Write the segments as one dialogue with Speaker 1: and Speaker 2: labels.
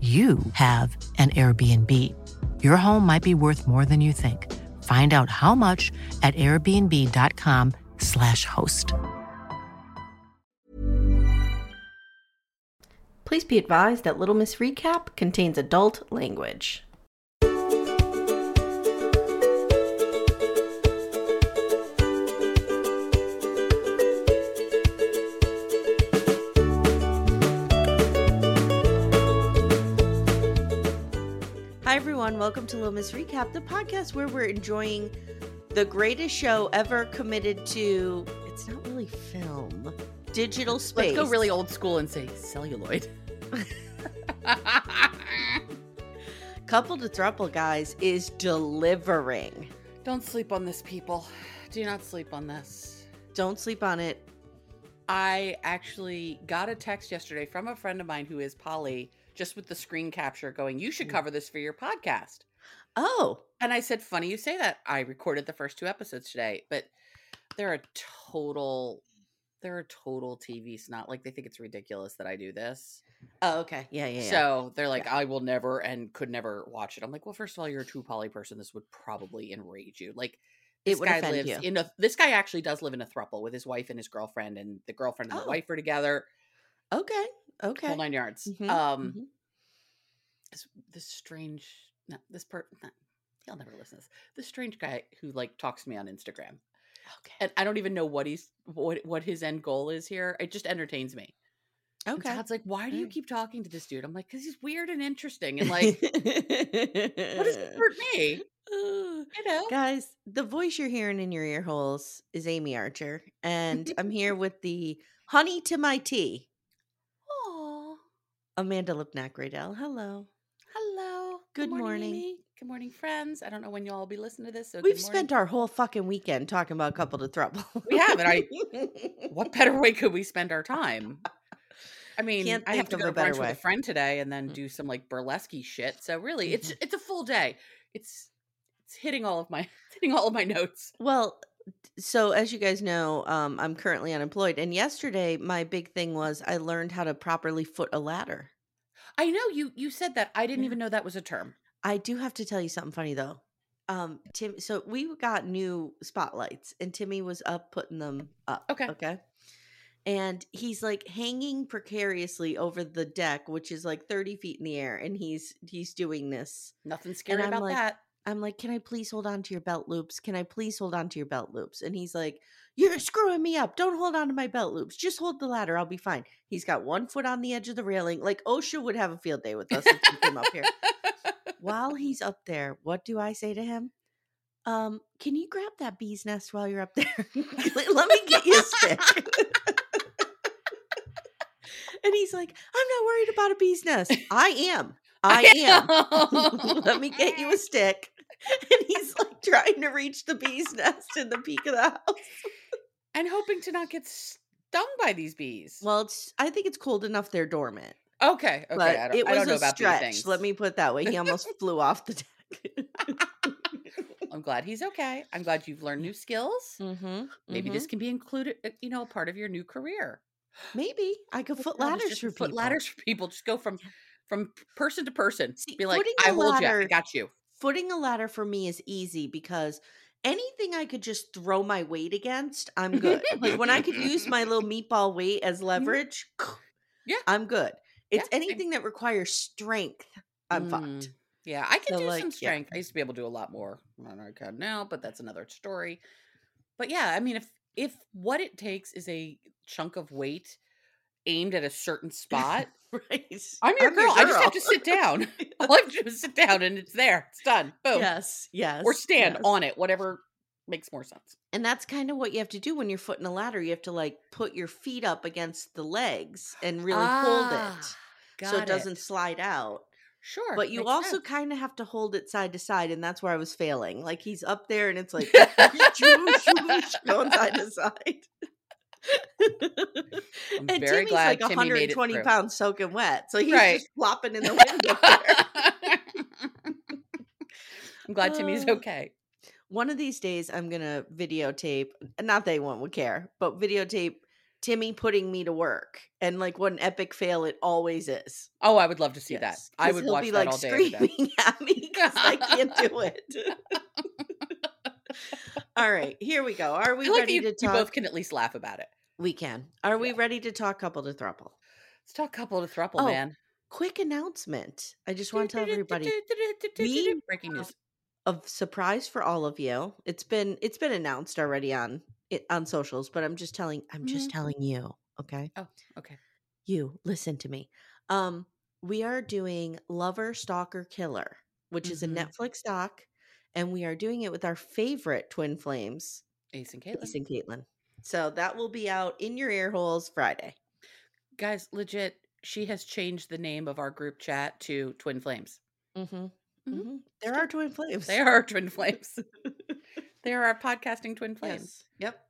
Speaker 1: you have an Airbnb. Your home might be worth more than you think. Find out how much at airbnb.com/slash host.
Speaker 2: Please be advised that Little Miss Recap contains adult language. Hi, everyone. Welcome to Little Miss Recap, the podcast where we're enjoying the greatest show ever committed to. It's not really film, digital space.
Speaker 3: Let's go really old school and say celluloid.
Speaker 2: Couple to thruple, guys, is delivering.
Speaker 3: Don't sleep on this, people. Do not sleep on this.
Speaker 2: Don't sleep on it.
Speaker 3: I actually got a text yesterday from a friend of mine who is Polly, just with the screen capture going, You should cover this for your podcast.
Speaker 2: Oh,
Speaker 3: And I said, Funny you say that. I recorded the first two episodes today, but they're a total. They're a total TV snot. Like they think it's ridiculous that I do this.
Speaker 2: oh, okay. Yeah, yeah, yeah.
Speaker 3: So they're like, I will never and could never watch it. I'm like, well, first of all, you're a true poly person. This would probably enrage you. Like,
Speaker 2: It
Speaker 3: this
Speaker 2: would
Speaker 3: guy
Speaker 2: offend
Speaker 3: lives
Speaker 2: you.
Speaker 3: in a. This guy actually does live in a throuple with his wife and his girlfriend, and the girlfriend and
Speaker 2: Oh.
Speaker 3: the wife are together.
Speaker 2: okay, okay.
Speaker 3: Whole nine yards.
Speaker 2: Mhm,
Speaker 3: Um,
Speaker 2: mhm.
Speaker 3: This, this strange. No, this per. No, he'll never listen. to this. This strange guy who like talks to me on Instagram,
Speaker 2: okay,
Speaker 3: and I don't even know what he's what what his end goal is here. It just entertains me. And
Speaker 2: okay.
Speaker 3: Todd's like, why do you
Speaker 2: Alright.
Speaker 3: keep talking to this dude? I'm like, because he's weird and interesting, and like. What does it hurt me? You know.
Speaker 2: guys? The voice you're hearing in your ear holes is Amy Archer,
Speaker 3: Mm-hmm.
Speaker 2: and I'm here with the honey to my tea,
Speaker 3: Aw,
Speaker 2: Amanda Lipnack Riddell. Hello.
Speaker 3: hello.
Speaker 2: Good morning.
Speaker 3: Amy. Good morning, friends. I don't know when y'all will be listening to this. So
Speaker 2: We've spent our whole fucking weekend talking about couple to throuple.
Speaker 3: We have, and I-
Speaker 2: I
Speaker 3: What better way could we spend our time? I mean,
Speaker 2: Can't
Speaker 3: I have
Speaker 2: think
Speaker 3: to
Speaker 2: of
Speaker 3: go
Speaker 2: a
Speaker 3: to
Speaker 2: better
Speaker 3: brunch with
Speaker 2: way.
Speaker 3: a friend today, and then
Speaker 2: Mm.
Speaker 3: do some like burlesque shit. So really, it's it's a full day. It's it's hitting all of my it's hitting all of my notes.
Speaker 2: Well, t- so as you guys know, um, I'm currently unemployed. And yesterday, my big thing was I learned how to properly foot a ladder.
Speaker 3: I know you you said that. I didn't
Speaker 2: Yeah.
Speaker 3: even know that was a term.
Speaker 2: I do have to tell you something funny though. Um, Tim, so we got new spotlights, and Timmy was up putting them up.
Speaker 3: Okay.
Speaker 2: Okay. And he's like hanging precariously over the deck, which is like 30 feet in the air, and he's he's doing this.
Speaker 3: Nothing scary
Speaker 2: I'm
Speaker 3: about
Speaker 2: like,
Speaker 3: that.
Speaker 2: I'm like, can I please hold on to your belt loops? Can I please hold on to your belt loops? And he's like, you're screwing me up. Don't hold on to my belt loops. Just hold the ladder. I'll be fine. He's got one foot on the edge of the railing. Like OSHA would have a field day with us if he came up here. While he's up there, what do I say to him? Um, can you grab that bee's nest while you're up there? Let let me get you a stick. and he's like, I'm not worried about a bee's nest. I am. I am. let me get you a stick. And he's like trying to reach the bee's nest in the peak of the house.
Speaker 3: and hoping to not get stung by these bees.
Speaker 2: Well, it's I think it's cold enough they're dormant.
Speaker 3: Okay. Okay.
Speaker 2: but
Speaker 3: I don't,
Speaker 2: it
Speaker 3: I don't
Speaker 2: was
Speaker 3: know
Speaker 2: a
Speaker 3: about these
Speaker 2: stretch.
Speaker 3: things.
Speaker 2: Let me put it that way. He almost flew off the deck.
Speaker 3: I'm glad he's okay. I'm glad you've learned new skills.
Speaker 2: mm-hmm,
Speaker 3: Maybe this can be included, uh, you know, part of your new career.
Speaker 2: Maybe I could
Speaker 3: Like,
Speaker 2: foot
Speaker 3: no, there's
Speaker 2: ladders
Speaker 3: just
Speaker 2: for
Speaker 3: foot
Speaker 2: people.
Speaker 3: ladders for people. Just go from from p- person to person.
Speaker 2: See,
Speaker 3: be like,
Speaker 2: footing
Speaker 3: I
Speaker 2: the
Speaker 3: hold you. I
Speaker 2: ladder-
Speaker 3: got you.
Speaker 2: Footing a ladder for me is easy because anything I could just throw my weight against, I'm good. like when I could use my little meatball weight as leverage,
Speaker 3: Yeah.
Speaker 2: I'm good.
Speaker 3: Yeah,
Speaker 2: It's
Speaker 3: same.
Speaker 2: anything that requires strength, I'm fucked.
Speaker 3: Mm, Yeah, I
Speaker 2: So,
Speaker 3: can do
Speaker 2: like, yeah.
Speaker 3: some strength. I used to be able to do a lot more than I can now, but that's another story. But yeah, I mean, if if what it takes is a chunk of weight aimed at a certain spot,
Speaker 2: Right.
Speaker 3: I'm your girl. I just have to
Speaker 2: girl.
Speaker 3: sit down. All I have to do is sit down, and it's there. It's done. Boom.
Speaker 2: yes, yes.
Speaker 3: Or stand
Speaker 2: yes.
Speaker 3: on it, whatever makes more sense.
Speaker 2: And that's kind of what you have to do when you're footing a ladder. You have to like put your feet up against the legs and really
Speaker 3: Ah,
Speaker 2: hold it so
Speaker 3: got
Speaker 2: it doesn't slide out.
Speaker 3: Sure,
Speaker 2: But you
Speaker 3: makes
Speaker 2: also
Speaker 3: sense.
Speaker 2: kind of have to hold it side to side, and that's where I was failing. Like he's up there, and it's like going side to side.
Speaker 3: I'm
Speaker 2: and
Speaker 3: very
Speaker 2: Timmy's
Speaker 3: glad
Speaker 2: like
Speaker 3: Timmy made it
Speaker 2: 120
Speaker 3: through.
Speaker 2: pounds soaking wet, so he's
Speaker 3: Right.
Speaker 2: just flopping in the wind up there.
Speaker 3: I'm glad Timmy's
Speaker 2: Uh,
Speaker 3: okay.
Speaker 2: One of these days, I'm gonna videotape. Not that anyone would care, but videotape Timmy putting me to work, and like what an epic fail it always is.
Speaker 3: Oh, I would love to see
Speaker 2: Yes,
Speaker 3: that. I
Speaker 2: 'cause
Speaker 3: would
Speaker 2: he'll
Speaker 3: watch
Speaker 2: be
Speaker 3: that
Speaker 2: like
Speaker 3: all day. every day.
Speaker 2: screaming at me because I can't do it. all right, here we go. Are we
Speaker 3: I like that
Speaker 2: ready
Speaker 3: you,
Speaker 2: to
Speaker 3: you
Speaker 2: talk?
Speaker 3: both can at least laugh about it.
Speaker 2: we can. Are we ready to talk couple to throuple?
Speaker 3: Let's talk couple to thruple,
Speaker 2: Oh,
Speaker 3: man.
Speaker 2: Quick announcement! I just want to tell everybody we
Speaker 3: breaking news.
Speaker 2: of surprise for all of you. It's been it's been announced already on it on socials, but I'm just telling I'm just
Speaker 3: Mhm.
Speaker 2: telling you. Okay,
Speaker 3: Oh, okay.
Speaker 2: you listen to me. Um, we are doing Lover Stalker Killer, which is a
Speaker 3: Mhm.
Speaker 2: Netflix doc, and we are doing it with our favorite twin flames,
Speaker 3: Ace and Caitlin.
Speaker 2: Ace and Caitlin. So that will be out in your ear holes Friday.
Speaker 3: Guys, legit, she has changed the name of our group chat to Twin Flames.
Speaker 2: Mm-hmm.
Speaker 3: Mhm.
Speaker 2: Mm-hmm. There are twin flames.
Speaker 3: They are our twin flames. they are our podcasting twin flames.
Speaker 2: Yes. Yep.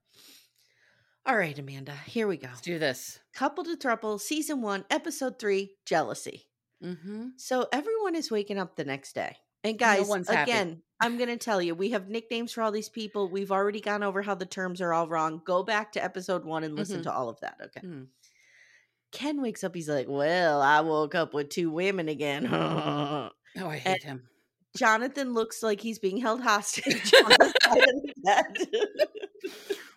Speaker 2: All right, Amanda. Here we go.
Speaker 3: Let's do this.
Speaker 2: Couple to Thruple, Season 1, Episode 3, Jealousy.
Speaker 3: Mm-hmm.
Speaker 2: So everyone is waking up the next day. And guys,
Speaker 3: one's happy.
Speaker 2: again, I'm going to tell you, we have nicknames for all these people. We've already gone over how the terms are all wrong. Go back to Episode 1 and listen
Speaker 3: Mhm.
Speaker 2: to all of that. Okay. Ken wakes up. He's like, Well, I woke up with two women again.
Speaker 3: Oh, I hate him.
Speaker 2: Jonathan looks like he's being held hostage on the side of the bed.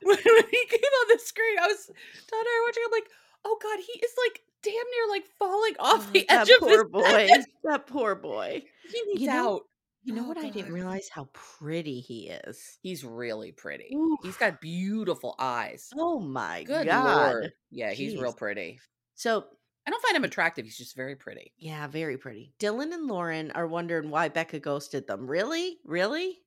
Speaker 3: when when he came on the screen, I was Todd and I were watching. I'm like, oh god, he is like damn near like falling off
Speaker 2: Oh,
Speaker 3: the
Speaker 2: that
Speaker 3: edge of
Speaker 2: poor
Speaker 3: his
Speaker 2: boy.
Speaker 3: bed.
Speaker 2: That poor boy.
Speaker 3: He needs
Speaker 2: You know-
Speaker 3: out.
Speaker 2: You know
Speaker 3: Oh,
Speaker 2: what? I didn't
Speaker 3: God.
Speaker 2: realize how pretty he is.
Speaker 3: He's really pretty. He's
Speaker 2: Oof.
Speaker 3: got beautiful eyes.
Speaker 2: Oh my
Speaker 3: Good
Speaker 2: god.
Speaker 3: lord. Yeah, he's real
Speaker 2: Jeez.
Speaker 3: pretty.
Speaker 2: So
Speaker 3: I don't find him attractive. He's just very pretty.
Speaker 2: yeah, very pretty. Dylan and Lauren are wondering why Becca ghosted them. Really? Really?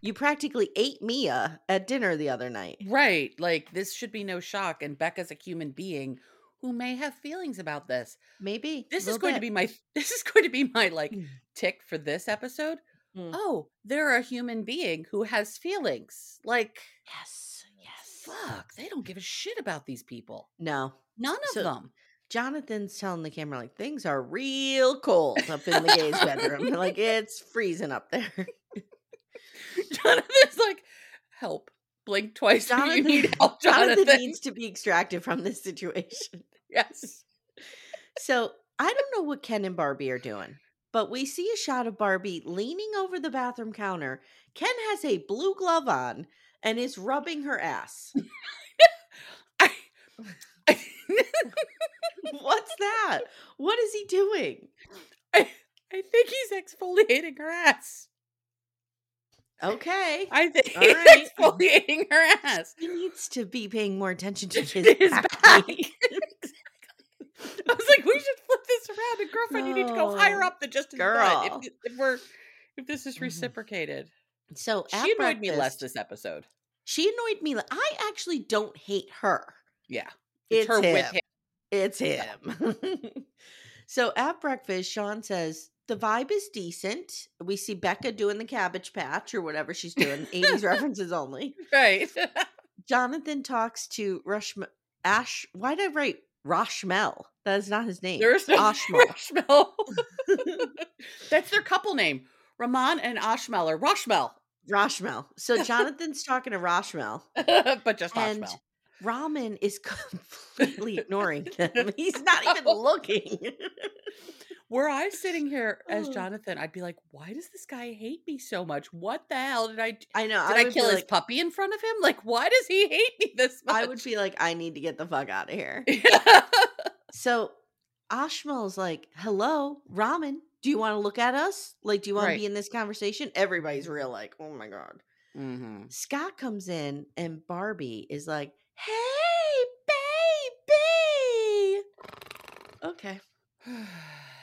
Speaker 2: You practically ate Mia at dinner the other night.
Speaker 3: Right. Like this should be no shock. And Becca's a human being who may have feelings about this.
Speaker 2: Maybe.
Speaker 3: This is going to be my this is going to be my like
Speaker 2: Mm.
Speaker 3: tick for this episode.
Speaker 2: Mm.
Speaker 3: Oh, they're a human being who has feelings. Like
Speaker 2: Yes. Yes.
Speaker 3: fuck, they don't give a shit about these people.
Speaker 2: No.
Speaker 3: None of
Speaker 2: So-
Speaker 3: them.
Speaker 2: Jonathan's telling the camera like things are real cold up in the gays' bedroom. like it's freezing up there.
Speaker 3: Jonathan's like, help. Blink twice. Jonathan, you
Speaker 2: Jonathan,
Speaker 3: need help, Jonathan.
Speaker 2: Jonathan needs to be extracted from this situation.
Speaker 3: yes.
Speaker 2: So I don't know what Ken and Barbie are doing, but we see a shot of Barbie leaning over the bathroom counter. Ken has a blue glove on and is rubbing her ass.
Speaker 3: I, I,
Speaker 2: What's that? What is he doing?
Speaker 3: I think he's exfoliating her ass.
Speaker 2: Okay.
Speaker 3: I think
Speaker 2: All
Speaker 3: he's
Speaker 2: right.
Speaker 3: exfoliating her ass.
Speaker 2: He needs to be paying more attention to his,
Speaker 3: His back.
Speaker 2: back.
Speaker 3: I was like, we should flip this around. And girlfriend, you need to go higher
Speaker 2: No.
Speaker 3: up than just his butt.
Speaker 2: Girl.
Speaker 3: If, th- if we're if this is
Speaker 2: Mhm.
Speaker 3: reciprocated.
Speaker 2: So at
Speaker 3: she annoyed me less
Speaker 2: breakfast-
Speaker 3: this episode.
Speaker 2: She annoyed me. le- I actually don't hate her.
Speaker 3: Yeah.
Speaker 2: It's
Speaker 3: her with
Speaker 2: him.
Speaker 3: him.
Speaker 2: It's him. so at breakfast, Sean says the vibe is decent. We see Becca doing the cabbage patch or whatever she's doing, 80s references only.
Speaker 3: Right.
Speaker 2: Jonathan talks to Rush Ash. Why did I write Roshmel. That is not his name.
Speaker 3: There's no
Speaker 2: Oshmel.
Speaker 3: Roshmel. That's their couple name. Rahman and Ashmel or Roshmel.
Speaker 2: Roshmel. So Jonathan's talking to Roshmel.
Speaker 3: but just
Speaker 2: And
Speaker 3: Ashmel.
Speaker 2: Ramen is completely ignoring them. He's not even
Speaker 3: Oh.
Speaker 2: looking.
Speaker 3: Were I sitting here as
Speaker 2: Oh.
Speaker 3: Jonathan, I'd be like, why does this guy hate me so much? What the hell did I do?
Speaker 2: I know.
Speaker 3: Did I,
Speaker 2: would be
Speaker 3: kill his
Speaker 2: like-
Speaker 3: puppy in front of him? Like, why does he hate me this much?
Speaker 2: I would be like, I need to get the fuck out of here. So Ashmel's like, hello, ramen. Do you want to look at us? Like, do you want
Speaker 3: Right.
Speaker 2: to be in this conversation? Everybody's real, like, oh my God.
Speaker 3: mm-hmm.
Speaker 2: Scott comes in and Barbie is like, hey, baby. Okay.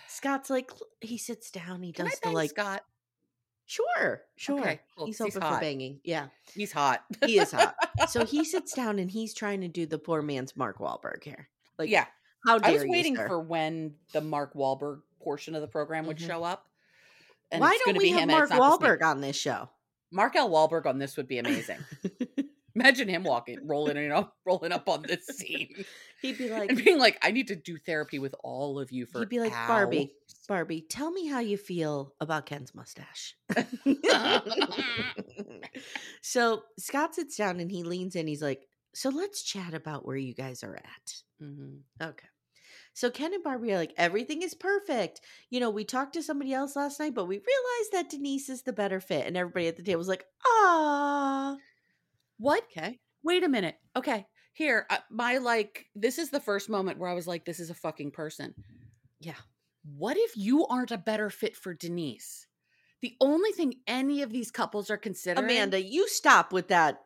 Speaker 2: Scott's like, cl- he sits down. He
Speaker 3: Can I
Speaker 2: does the
Speaker 3: bang
Speaker 2: like,
Speaker 3: Scott?
Speaker 2: sure, sure.
Speaker 3: Okay, cool,
Speaker 2: He's
Speaker 3: 'cause he's
Speaker 2: open for
Speaker 3: hot.
Speaker 2: banging. Yeah.
Speaker 3: He's hot.
Speaker 2: He is hot. so he sits down and he's trying to do the poor man's Mark Wahlberg here. Like,
Speaker 3: yeah.
Speaker 2: How dare
Speaker 3: I was
Speaker 2: you,
Speaker 3: waiting
Speaker 2: sir.
Speaker 3: for when the Mark Wahlberg portion of the program would
Speaker 2: Mhm.
Speaker 3: show up.
Speaker 2: Why
Speaker 3: it's
Speaker 2: don't
Speaker 3: gonna
Speaker 2: we
Speaker 3: be
Speaker 2: have
Speaker 3: him and
Speaker 2: Mark
Speaker 3: it's not this
Speaker 2: Wahlberg
Speaker 3: man.
Speaker 2: on this show?
Speaker 3: Mark L. Wahlberg on this would be amazing. Imagine him walking, rolling in up, rolling up on this scene,
Speaker 2: He'd be like,
Speaker 3: and being like, "I need to do therapy with all of you for."
Speaker 2: he'd be like, Barbie, Barbie, tell me how you feel about Ken's mustache. so Scott sits down and he leans in. He's like, so let's chat about where you guys are at.
Speaker 3: hmm
Speaker 2: Mm-hmm. Okay. So Ken and Barbie are like, everything is perfect. You know, we talked to somebody else last night, but we realized that Denise is the better fit. And everybody at the table was like, ah,
Speaker 3: What?
Speaker 2: okay.
Speaker 3: Wait a minute. Okay, here, uh, my like, this is the first moment where I was like, "This is a fucking person."
Speaker 2: Yeah.
Speaker 3: What if you aren't a better fit for Denise? The only thing any of these couples are considering,
Speaker 2: Amanda, you stop with that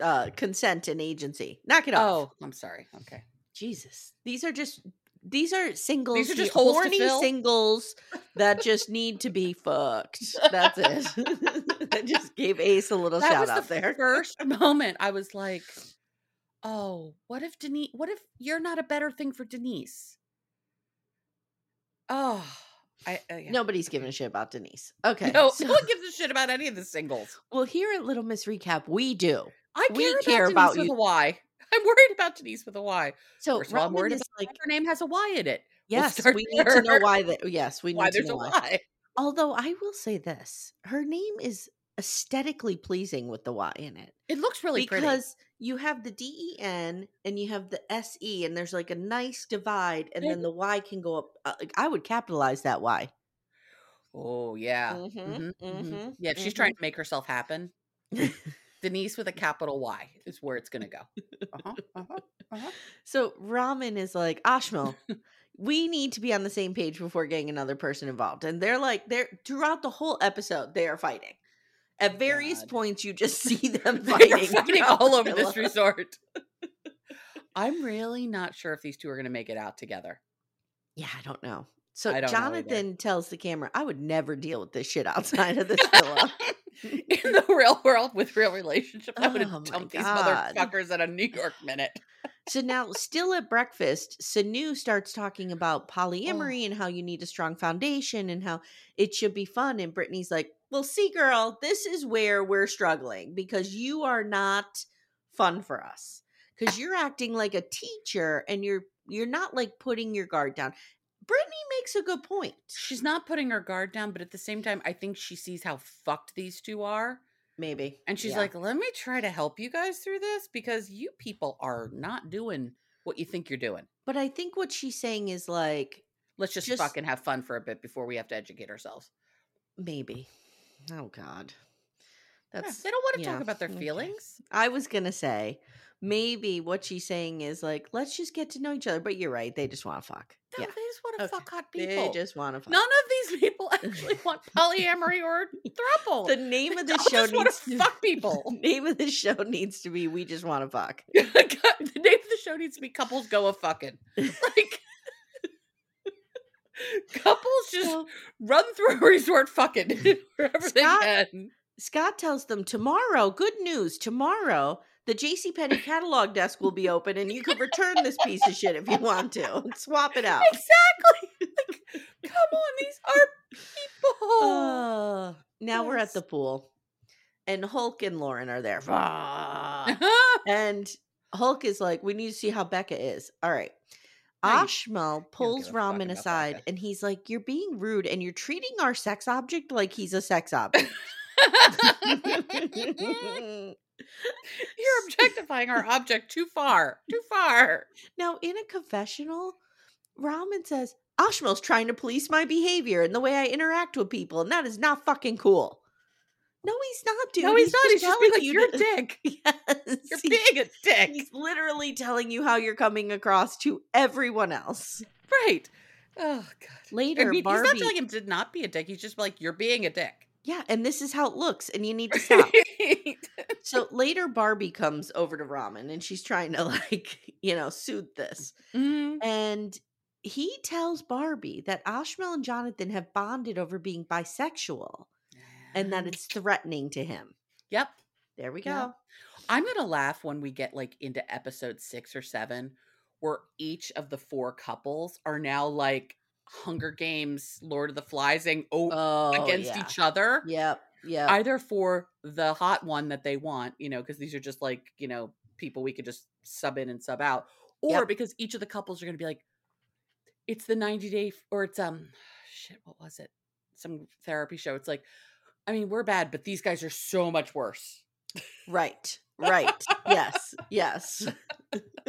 Speaker 2: uh consent and agency. Knock it off.
Speaker 3: Oh, I'm sorry. Okay.
Speaker 2: Jesus. These are just these are singles.
Speaker 3: These are just holes to
Speaker 2: horny
Speaker 3: fill?
Speaker 2: singles that just need to be fucked. That's it. I just gave Ace a little
Speaker 3: that
Speaker 2: shout
Speaker 3: was the
Speaker 2: out there.
Speaker 3: first moment I was like, "Oh, what if Denise? What if you're not a better thing for Denise?" Oh, I, I yeah.
Speaker 2: Nobody's giving a shit about Denise. Okay.
Speaker 3: no,
Speaker 2: so-
Speaker 3: no one gives a shit about any of the singles.
Speaker 2: well, here at Little Miss Recap, we do.
Speaker 3: I care
Speaker 2: We
Speaker 3: about
Speaker 2: care
Speaker 3: Denise
Speaker 2: about
Speaker 3: with
Speaker 2: you.
Speaker 3: a Y. I'm worried about Denise with a Y.
Speaker 2: So
Speaker 3: First of all, I'm worried
Speaker 2: Robin is like,
Speaker 3: Her name has a Y in it. We'll
Speaker 2: yes,
Speaker 3: start
Speaker 2: we need to know
Speaker 3: there.
Speaker 2: why that yes, we need
Speaker 3: Why
Speaker 2: to
Speaker 3: there's
Speaker 2: know
Speaker 3: a
Speaker 2: why.
Speaker 3: Y?
Speaker 2: Although I will say this, her name is aesthetically pleasing with the Y in it.
Speaker 3: It looks really pretty.
Speaker 2: because you have the D E N and you have the S E, and there's like a nice divide, and then the Y can go up. Uh, like, I would capitalize that Y. Mm-hmm,
Speaker 3: Oh yeah. Mhm, mhm. Yeah, if she's trying to make herself happen, Denise with a capital Y is where it's going to go. Uh-huh, uh-huh, uh-huh.
Speaker 2: So Ramen is like Ashmel. we need to be on the same page before getting another person involved, and they're like they're throughout the whole episode they are fighting. At various
Speaker 3: God.
Speaker 2: points, you just see them
Speaker 3: They
Speaker 2: fighting,
Speaker 3: are fighting
Speaker 2: throughout
Speaker 3: all
Speaker 2: the
Speaker 3: over this
Speaker 2: villa.
Speaker 3: resort. I'm really not sure if these two are going to make it out together.
Speaker 2: Yeah, I don't know. So
Speaker 3: I don't know either.
Speaker 2: Jonathan tells the camera, "I would never deal with this shit outside of this villa."
Speaker 3: In the real world with real relationships, I would
Speaker 2: Oh
Speaker 3: have
Speaker 2: my
Speaker 3: dumped these
Speaker 2: God.
Speaker 3: motherfuckers at a New York minute.
Speaker 2: So now, still at breakfast, Sanu starts talking
Speaker 3: Oh.
Speaker 2: about polyamory and how you need a strong foundation and how it should be fun. And Brittany's like, Well, see, girl, this is where we're struggling because you are not fun for us. Because you're acting like a teacher and you're you're not like putting your guard down. Brittany makes a good point.
Speaker 3: She's not putting her guard down, but at the same time, I think she sees how fucked these two are.
Speaker 2: Maybe.
Speaker 3: And she's
Speaker 2: Yeah.
Speaker 3: like, let me try to help you guys through this because you people are not doing what you think you're doing.
Speaker 2: But I think what she's saying is like,
Speaker 3: Let's just,
Speaker 2: Just-
Speaker 3: fucking have fun for a bit before we have to educate ourselves.
Speaker 2: maybe. Oh God.
Speaker 3: Yeah,
Speaker 2: That's
Speaker 3: they don't want to
Speaker 2: yeah,
Speaker 3: talk about their
Speaker 2: okay.
Speaker 3: feelings.
Speaker 2: I was gonna say maybe what she's saying is like, let's just get to know each other. But you're right; they just want to fuck.
Speaker 3: No,
Speaker 2: Yeah,
Speaker 3: They just want to
Speaker 2: Okay.
Speaker 3: fuck hot
Speaker 2: they
Speaker 3: people.
Speaker 2: just want to fuck.
Speaker 3: None of these people actually want polyamory or throuple.
Speaker 2: the name of
Speaker 3: They
Speaker 2: this
Speaker 3: all
Speaker 2: show
Speaker 3: just wanna
Speaker 2: needs to
Speaker 3: fuck people.
Speaker 2: name of this show needs to be "We Just Want to Fuck."
Speaker 3: the name of the show needs to be couples go a fucking. Like couples just
Speaker 2: So,
Speaker 3: run through a resort fucking wherever
Speaker 2: Scott-
Speaker 3: they can.
Speaker 2: Scott tells them tomorrow. Good news! Tomorrow, the J.C. Penney catalog desk will be open, and you can return this piece of shit if you want to and swap it out.
Speaker 3: Exactly. Like, come on, these are people.
Speaker 2: Uh, now we're at
Speaker 3: yes.
Speaker 2: the pool, and Hulk and Lauren are there. And Hulk is like, we need to see how Becca is. All right.
Speaker 3: Right.
Speaker 2: Ashmal pulls
Speaker 3: give a fuck
Speaker 2: Raman
Speaker 3: about that
Speaker 2: aside
Speaker 3: guy.
Speaker 2: and he's like, You're being rude and you're treating our sex object like he's a sex object.
Speaker 3: You're objectifying our object too far. Too far.
Speaker 2: now, in a confessional, Raman says, Ashmal's trying to police my behavior and the way I interact with people, and that is not fucking cool. No, he's not, dude.
Speaker 3: no, he's, not. He's just being like,
Speaker 2: telling
Speaker 3: you're a
Speaker 2: to-
Speaker 3: dick.
Speaker 2: Yes.
Speaker 3: You're
Speaker 2: he-
Speaker 3: being a dick.
Speaker 2: He's literally telling you how you're coming across to everyone else.
Speaker 3: Right. Oh, God.
Speaker 2: Later,
Speaker 3: I mean,
Speaker 2: Barbie.
Speaker 3: he's not telling him to not be a dick. He's just like, you're being a dick.
Speaker 2: yeah, and this is how it looks, and you need to stop. so later, Barbie comes over to Ramen, and she's trying to like, you know, soothe this.
Speaker 3: Mhm.
Speaker 2: And he tells Barbie that Ashmel and Jonathan have bonded over being bisexual, and that it's threatening to him.
Speaker 3: Yep.
Speaker 2: There we go.
Speaker 3: Yeah. I'm gonna laugh when we get like into episode six or seven, where each of the four couples are now like Hunger Games, Lord of the Flies-ing oh,
Speaker 2: Oh,
Speaker 3: against
Speaker 2: yeah.
Speaker 3: each other.
Speaker 2: Yep. Yep.
Speaker 3: Either for the hot one that they want, you know, because these are just like, you know, people we could just sub in and sub out, or
Speaker 2: Yep.
Speaker 3: because each of the couples are going to be like, it's the 90 day, f- or it's, um, shit, what was it? Some therapy show. It's like, I mean, we're bad, but these guys are so much worse.
Speaker 2: Right. Right. yes. Yes.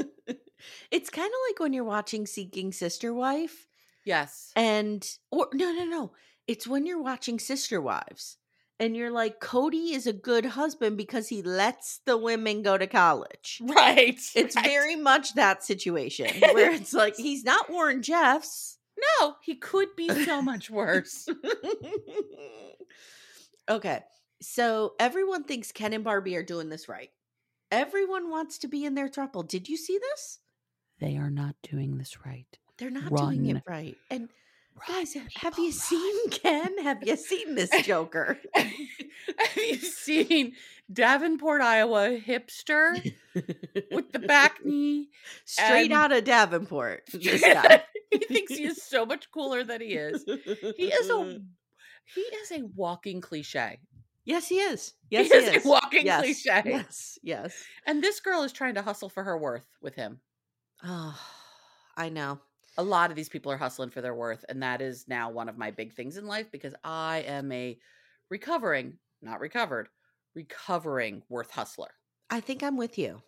Speaker 2: it's kind of like when you're watching Seeking Sister Wife
Speaker 3: Yes.
Speaker 2: and or no no no, it's when you're watching Sister Wives and you're like Cody is a good husband because he lets the women go to college.
Speaker 3: Right.
Speaker 2: It's
Speaker 3: right.
Speaker 2: very much that situation where it's like he's not Warren Jeffs.
Speaker 3: no. He could be so much worse.
Speaker 2: okay. So everyone thinks Ken and Barbie are doing this right. Everyone wants to be in their throuple. Did you see this?
Speaker 1: They are not doing this right.
Speaker 2: They're not doing
Speaker 1: Run.
Speaker 2: it right. And guys, have you seen Ken? Have you seen this Joker?
Speaker 3: Have you seen Davenport, Iowa hipster with the back knee?
Speaker 2: Straight
Speaker 3: And-
Speaker 2: out of Davenport. This guy.
Speaker 3: he thinks he is so much cooler than he is. He is a he is a walking cliche.
Speaker 2: Yes, he is. Yes,
Speaker 3: is a walking
Speaker 2: yes.
Speaker 3: cliché.
Speaker 2: Yes, yes.
Speaker 3: And this girl is trying to hustle for her worth with him.
Speaker 2: Oh, I know.
Speaker 3: A lot of these people are hustling for their worth, and that is now one of my big things in life because I am a recovering, not recovered, recovering worth hustler.
Speaker 2: I think I'm with you.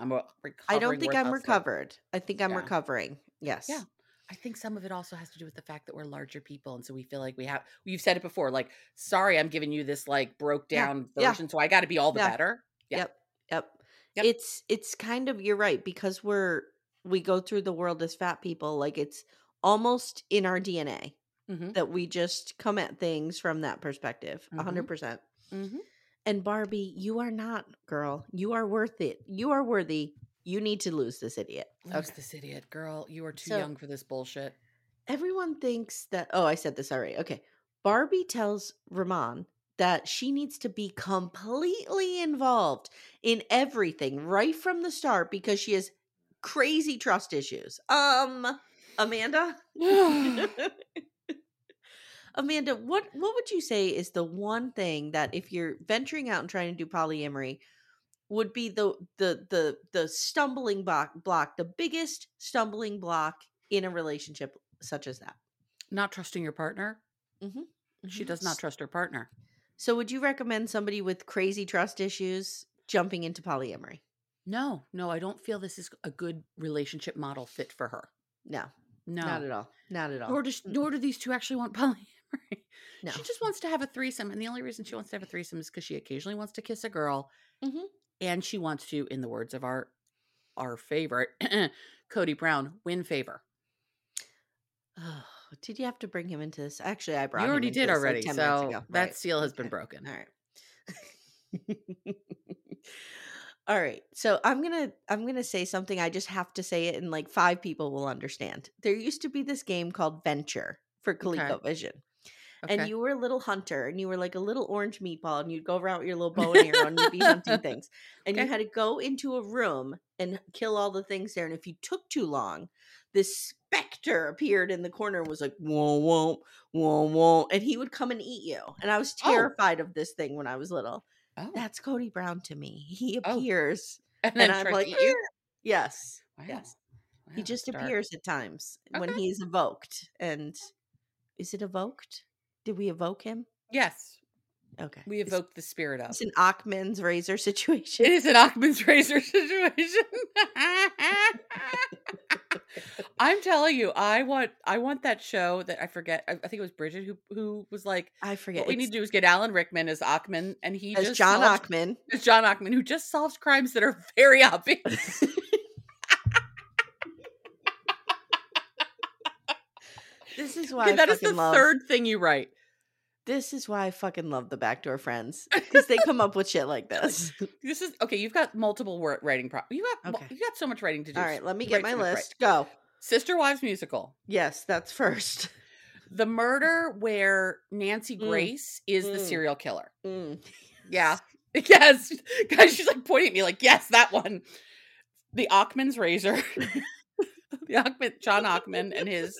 Speaker 3: I'm a
Speaker 2: I
Speaker 3: recovering
Speaker 2: don't think
Speaker 3: worth
Speaker 2: I'm
Speaker 3: hustler.
Speaker 2: recovered. I think I'm
Speaker 3: Yeah.
Speaker 2: recovering. Yes.
Speaker 3: Yeah. I think some of it also has to do with the fact that we're larger people, and so we feel like we have. We've said it before, like, sorry, I'm giving you this like broke
Speaker 2: Yeah,
Speaker 3: down
Speaker 2: yeah,
Speaker 3: version, so I got to be all the
Speaker 2: yeah,
Speaker 3: better. Yeah.
Speaker 2: Yep. Yep.
Speaker 3: Yep.
Speaker 2: It's it's kind of you're right because we're we go through the world as fat people like it's almost in our DNA
Speaker 3: Mm-hmm.
Speaker 2: that we just come at things from that perspective. a 100%. percent
Speaker 3: Mm-hmm.
Speaker 2: And Barbie, you are not, girl. You are worth it. You are worthy. You need to lose this idiot.
Speaker 3: Lose this idiot, girl. You are too
Speaker 2: So-
Speaker 3: young for this bullshit.
Speaker 2: Everyone thinks that oh, I said this already. Okay. Barbie tells Ramon that she needs to be completely involved in everything right from the start because she has crazy trust issues. Um, Amanda? Amanda, what what would you say is the one thing that if you're venturing out and trying to do polyamory would be the the the the stumbling block block, the biggest stumbling block in a relationship such as that?
Speaker 3: Not trusting your partner. She
Speaker 2: Mhm.
Speaker 3: does not trust her partner.
Speaker 2: So, would you recommend somebody with crazy trust issues jumping into polyamory?
Speaker 3: No, no, I don't feel this is a good relationship model fit for her.
Speaker 2: No,
Speaker 3: No,
Speaker 2: not at all. Not at all.
Speaker 3: Nor does
Speaker 2: Mm,
Speaker 3: nor do these two actually want polyamory.
Speaker 2: no.
Speaker 3: She just wants to have a threesome, and the only reason she wants to have a threesome is because she occasionally wants to kiss a girl,
Speaker 2: Mhm.
Speaker 3: and she wants to, in the words of our our favorite Cody Brown, win favor.
Speaker 2: Oh, did you have to bring him into this? Actually, I brought.
Speaker 3: you
Speaker 2: him
Speaker 3: already
Speaker 2: into
Speaker 3: did
Speaker 2: this, like,
Speaker 3: already,
Speaker 2: 10 minutes
Speaker 3: so
Speaker 2: ago.
Speaker 3: that
Speaker 2: Right.
Speaker 3: seal has been
Speaker 2: Okay.
Speaker 3: broken.
Speaker 2: All right. All right. So I'm gonna I'm gonna say something. I just have to say it, and like five people will understand. There used to be this game called Venture for ColecoVision. and
Speaker 3: Okay.
Speaker 2: you were a little hunter and you were like a little orange meatball and you'd go around with your little bow and arrow and you'd be hunting things and you
Speaker 3: Okay.
Speaker 2: had to go into a room and kill all the things there and if you took too long this specter appeared in the corner and was like whoa whoa whoa whoa and he would come and eat you and i was
Speaker 3: Oh.
Speaker 2: terrified of this thing when i was little
Speaker 3: oh.
Speaker 2: that's cody brown to me he
Speaker 3: Oh.
Speaker 2: appears
Speaker 3: and
Speaker 2: and
Speaker 3: then
Speaker 2: i'm
Speaker 3: tries
Speaker 2: like
Speaker 3: to eat you.
Speaker 2: "Arr!" yes
Speaker 3: Wow.
Speaker 2: yes He
Speaker 3: Wow,
Speaker 2: just
Speaker 3: dark.
Speaker 2: appears at times when
Speaker 3: Okay.
Speaker 2: he's evoked. And is it evoked? Did we evoke him?
Speaker 3: Yes,
Speaker 2: Okay.
Speaker 3: we
Speaker 2: It's-
Speaker 3: evoke the spirit of.
Speaker 2: It's an Achman's razor
Speaker 3: It
Speaker 2: situation.
Speaker 3: is an Achman's razor situation. I'm telling you, I want I want that show that I forget. I, I think it was Bridget who who was like,
Speaker 2: I forget.
Speaker 3: "What we
Speaker 2: it's-
Speaker 3: need to do is get Alan Rickman as Achman, and he
Speaker 2: as
Speaker 3: just
Speaker 2: John
Speaker 3: solves-
Speaker 2: Achman.
Speaker 3: as John Achman, who just solves crimes that are very obvious."
Speaker 2: This is why
Speaker 3: Okay,
Speaker 2: I
Speaker 3: that is
Speaker 2: fucking
Speaker 3: the
Speaker 2: love.
Speaker 3: third thing you write.
Speaker 2: This is why I fucking love the backdoor friends because they come up with shit like this.
Speaker 3: This is okay. You've got multiple wor- writing. Pro- you got mul-
Speaker 2: Okay.
Speaker 3: you got so much writing to do.
Speaker 2: All
Speaker 3: s-
Speaker 2: right, let me
Speaker 3: you
Speaker 2: get
Speaker 3: write
Speaker 2: my
Speaker 3: so much, right?
Speaker 2: list. Go.
Speaker 3: Sister Wives musical.
Speaker 2: Yes, that's first.
Speaker 3: The murder where Nancy
Speaker 2: Mm.
Speaker 3: Grace is the
Speaker 2: Mm.
Speaker 3: serial killer.
Speaker 2: Mm.
Speaker 3: Yeah. Yes. Guys, she's like pointing at me like, yes, that one. The Achman's razor. the Achman John Achman and his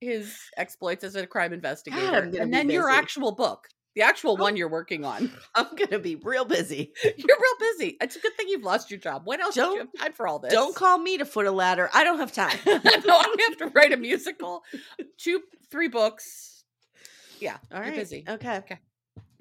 Speaker 3: his exploits as a crime investigator.
Speaker 2: I'm gonna
Speaker 3: and
Speaker 2: be
Speaker 3: then your
Speaker 2: busy. Oh.
Speaker 3: actual book. The actual one you're working on.
Speaker 2: I'm gonna be real busy.
Speaker 3: You're real busy. It's a good thing you've lost your job. When else do you
Speaker 2: Don't-
Speaker 3: have time for all this?
Speaker 2: Don't call me to foot a ladder. I don't have time.
Speaker 3: no, I'm gonna have to write a musical. Two three books. Yeah.
Speaker 2: All
Speaker 3: you're
Speaker 2: right.
Speaker 3: busy.
Speaker 2: Okay.
Speaker 3: Okay.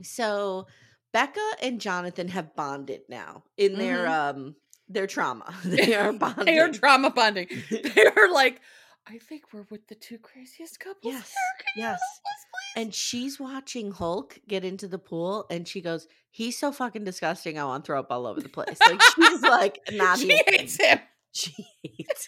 Speaker 2: So Becca and Jonathan have bonded now in their um their trauma. They are bonded.
Speaker 3: Mm-hmm. They are drama bonding. They are like, I think we're with the two craziest couples.
Speaker 2: Yes,
Speaker 3: here. Can you
Speaker 2: yes.
Speaker 3: help us, please?"
Speaker 2: and she's watching Hulk get into the pool and she goes, He's so fucking disgusting. I want to throw up all over the place. Like she's like, not
Speaker 3: she
Speaker 2: even.
Speaker 3: hates him.
Speaker 2: She hates.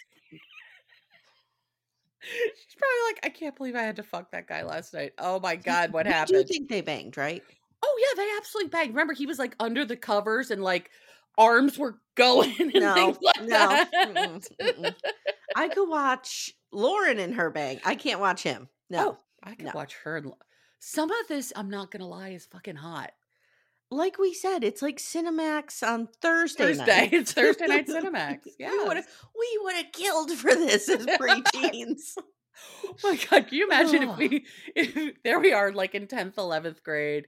Speaker 3: She's probably like, I can't believe I had to fuck that guy last night. Oh my god, what
Speaker 2: We
Speaker 3: happened?
Speaker 2: do think they banged, right?
Speaker 3: oh yeah, they absolutely banged. Remember, he was like under the covers and like arms were going and things like
Speaker 2: no.
Speaker 3: that.
Speaker 2: mm-mm, mm-mm. I could watch Lauren and her bang. I can't watch him. No.
Speaker 3: Oh, I could
Speaker 2: no.
Speaker 3: watch her. And lo- Some of this, I'm not gonna lie, is fucking hot.
Speaker 2: Like we said, it's like Cinemax on Thursday.
Speaker 3: Thursday,
Speaker 2: night.
Speaker 3: it's Thursday night Cinemax. Yeah.
Speaker 2: We would have we would have killed for this as preteens.
Speaker 3: Oh my god, can you imagine if
Speaker 2: Ugh.
Speaker 3: we if there we are like in 10th, 11th grade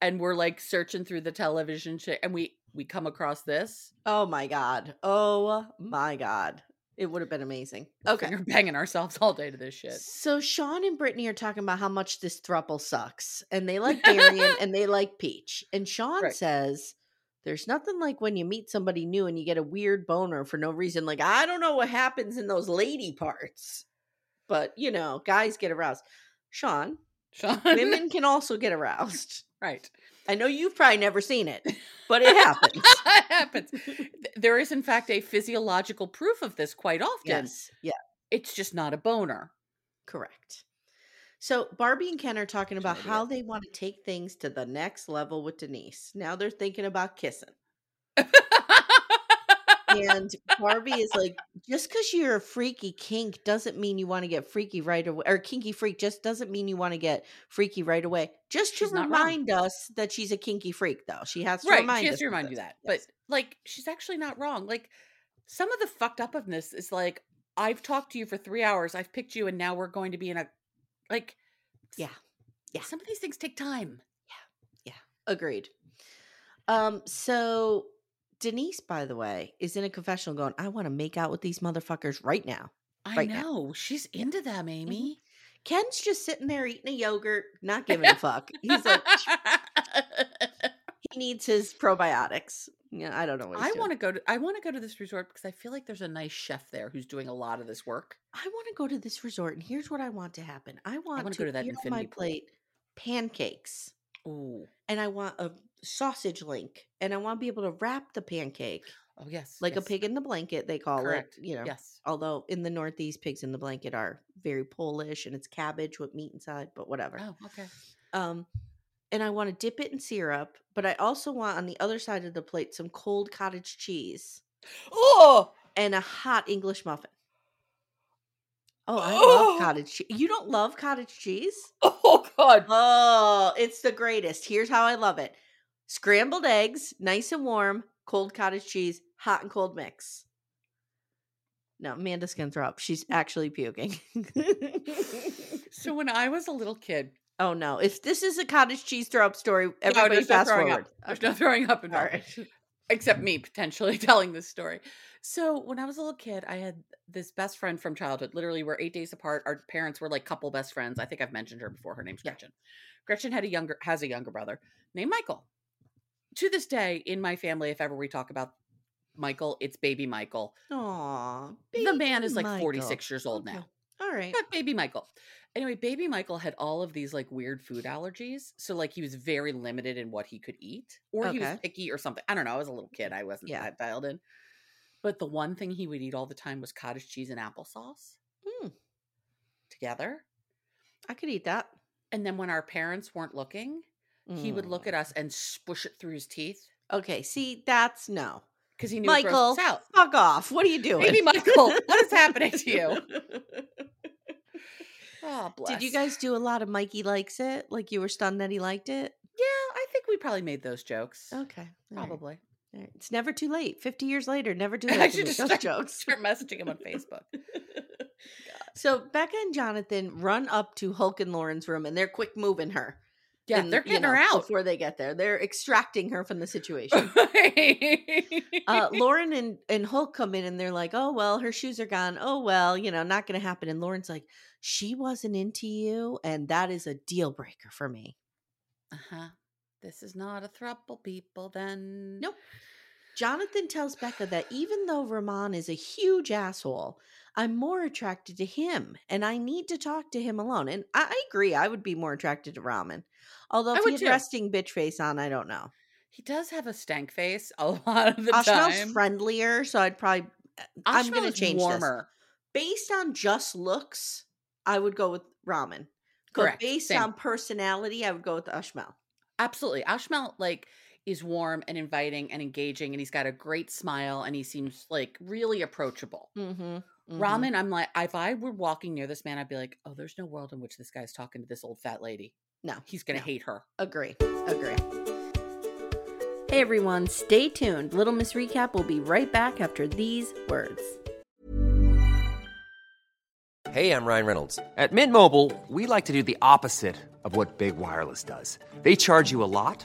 Speaker 3: and we're like searching through the television shit and we we come across this.
Speaker 2: oh my god. Oh my god. It would have been amazing. Okay.
Speaker 3: We're banging ourselves all day to this shit.
Speaker 2: So Sean and Brittany are talking about how much this thruple sucks, and they like Darian and they like Peach. And Sean
Speaker 3: Right.
Speaker 2: says, "There's nothing like when you meet somebody new and you get a weird boner for no reason. Like I don't know what happens in those lady parts, but you know, guys get aroused. Sean,
Speaker 3: Sean.
Speaker 2: women can also get aroused.
Speaker 3: right.
Speaker 2: I know you've probably never seen it, but it happens.
Speaker 3: it happens. Th- There is in fact a physiological proof of this quite often.
Speaker 2: yes, yeah,
Speaker 3: It's just not a boner.
Speaker 2: correct." So Barbie and Ken are talking
Speaker 3: Such an
Speaker 2: about how
Speaker 3: idiot.
Speaker 2: they want to take things to the next level with Denise. Now they're thinking about kissing. and Barbie is like, just because you're a freaky kink doesn't mean you want to get freaky right away, or kinky freak just doesn't mean you want to get freaky right away. Just to
Speaker 3: She's not wrong.
Speaker 2: remind us that she's a kinky freak, though. She has to
Speaker 3: right.
Speaker 2: remind
Speaker 3: she has
Speaker 2: us
Speaker 3: to
Speaker 2: of
Speaker 3: remind you
Speaker 2: this.
Speaker 3: that.
Speaker 2: Yes.
Speaker 3: But like, she's actually not wrong. Like, some of the fucked up of this is like, I've talked to you for three hours. I've picked you, and now we're going to be in a like.
Speaker 2: Yeah. Yeah.
Speaker 3: Some of these things take time.
Speaker 2: agreed. Um, so Denise, by the way, is in a confessional going, I want to make out with these motherfuckers right now.
Speaker 3: I
Speaker 2: Right Mm-hmm. now.
Speaker 3: know she's into them, Amy.
Speaker 2: Ken's just sitting there eating a yogurt, not giving a fuck. He's like, he needs his probiotics. Yeah, I don't know what he's
Speaker 3: I
Speaker 2: doing.
Speaker 3: want to go to. I want to go to this resort because I feel like there's a nice chef there who's doing a lot of this work.
Speaker 2: I want to go to this resort, and here's what I want to happen. I want
Speaker 3: wanna
Speaker 2: to go to that on my
Speaker 3: infinity pool.
Speaker 2: plate pancakes,
Speaker 3: Ooh.
Speaker 2: and I want a sausage link, and I want to be able to wrap the pancake
Speaker 3: Oh yes.
Speaker 2: like
Speaker 3: yes,
Speaker 2: a pig in the blanket. They call
Speaker 3: Correct.
Speaker 2: it, you know.
Speaker 3: Yes.
Speaker 2: Although in the Northeast, pigs in the blanket are very Polish, and it's cabbage with meat inside, but whatever.
Speaker 3: Oh okay.
Speaker 2: Um, and I want to dip it in syrup, but I also want on the other side of the plate some cold cottage cheese
Speaker 3: Oh.
Speaker 2: and a hot English muffin. Oh, I
Speaker 3: Oh.
Speaker 2: love cottage cheese. You don't love cottage cheese?
Speaker 3: Oh God.
Speaker 2: Oh, it's the greatest. Here's how I love it scrambled eggs, nice and warm, cold cottage cheese, hot and cold mix. No, Amanda's going to throw up. She's actually puking.
Speaker 3: So when I was a little kid,
Speaker 2: oh, no. If this is a cottage cheese throw up story,
Speaker 3: No,
Speaker 2: everybody
Speaker 3: no
Speaker 2: fast
Speaker 3: throwing
Speaker 2: forward.
Speaker 3: Up. There's no throwing up
Speaker 2: All
Speaker 3: involved.
Speaker 2: right.
Speaker 3: except me potentially telling this story. So when I was a little kid, I had this best friend from childhood. Literally, we're eight days apart. Our parents were like couple best friends. I think I've mentioned her before. Her name's Gretchen. Gretchen had a younger has a younger brother named Michael. To this day, in my family, if ever we talk about Michael, it's baby Michael.
Speaker 2: Aw.
Speaker 3: the man
Speaker 2: baby
Speaker 3: is like forty
Speaker 2: Michael.
Speaker 3: six years old
Speaker 2: Okay.
Speaker 3: now.
Speaker 2: All right.
Speaker 3: Not baby Michael. Anyway, baby Michael had all of these like weird food allergies. So like he was very limited in what he could eat, or he was
Speaker 2: Okay. Mm,
Speaker 3: picky or something. I don't know. I was a little kid. I wasn't
Speaker 2: Yeah.
Speaker 3: that dialed in. But the one thing he would eat all the time was cottage cheese and applesauce
Speaker 2: Mm,
Speaker 3: together.
Speaker 2: I could eat that.
Speaker 3: And then when our parents weren't looking, he would look at us
Speaker 2: Mm.
Speaker 3: and spush it through his teeth
Speaker 2: Hmm. Okay, see, that's no.
Speaker 3: because he knew it
Speaker 2: Michael,
Speaker 3: grossed us out.
Speaker 2: fuck off. What are you doing?
Speaker 3: Baby Michael, what is happening to you? Oh, bless.
Speaker 2: Did you guys do a lot of Mikey likes it? Like you were stunned that he liked it?
Speaker 3: Yeah, I think we probably made those jokes.
Speaker 2: Okay. Probably.
Speaker 3: Probably.
Speaker 2: It's never too late. 50 years later, never too late.
Speaker 3: I
Speaker 2: to
Speaker 3: should
Speaker 2: make
Speaker 3: just
Speaker 2: those
Speaker 3: start,
Speaker 2: jokes.
Speaker 3: start messaging him on Facebook.
Speaker 2: So Becca and Jonathan run up to Hulk and Lauren's room and they're quick moving her.
Speaker 3: Yeah,
Speaker 2: and,
Speaker 3: they're
Speaker 2: you
Speaker 3: getting her
Speaker 2: know,
Speaker 3: out.
Speaker 2: Before they get there, they're extracting her from the situation. uh, Lauren and, and Hulk come in and they're like, oh, well, her shoes are gone. Oh, well, you know, not going to happen. And Lauren's like, she wasn't into you. And that is a deal breaker for me.
Speaker 3: uh-huh. This is not a throuple, people. Then
Speaker 2: Nope. Jonathan tells Becca that even though Ramon is a huge asshole, I'm more attracted to him and I need to talk to him alone. And I, I agree, I would be more attracted to Ramen. Although
Speaker 3: I
Speaker 2: if
Speaker 3: would
Speaker 2: he had
Speaker 3: too.
Speaker 2: resting bitch face on, I don't know.
Speaker 3: he does have a stank face a lot of the
Speaker 2: Ashmel's
Speaker 3: time.
Speaker 2: friendlier, so I'd probably I'm
Speaker 3: Ashmel
Speaker 2: gonna
Speaker 3: is
Speaker 2: change this.
Speaker 3: warmer.
Speaker 2: based on just looks, I would go with Ramen. But
Speaker 3: Correct,
Speaker 2: based
Speaker 3: same.
Speaker 2: on personality, I would go with Ashmel.
Speaker 3: Absolutely, Ashmel like is warm and inviting and engaging, and he's got a great smile, and he seems like really approachable.
Speaker 2: Mm-hmm.
Speaker 3: Ramen, I'm like, if I were walking near this man, I'd be like, oh, there's no world in which this guy's talking to this old fat lady.
Speaker 2: No.
Speaker 3: He's gonna
Speaker 2: No.
Speaker 3: hate her.
Speaker 2: Agree. Agree.
Speaker 4: Hey everyone, stay tuned. Little Miss Recap will be right back after these words.
Speaker 5: Hey, I'm Ryan Reynolds. At Mint Mobile, we like to do the opposite of what Big Wireless does. They charge you a lot,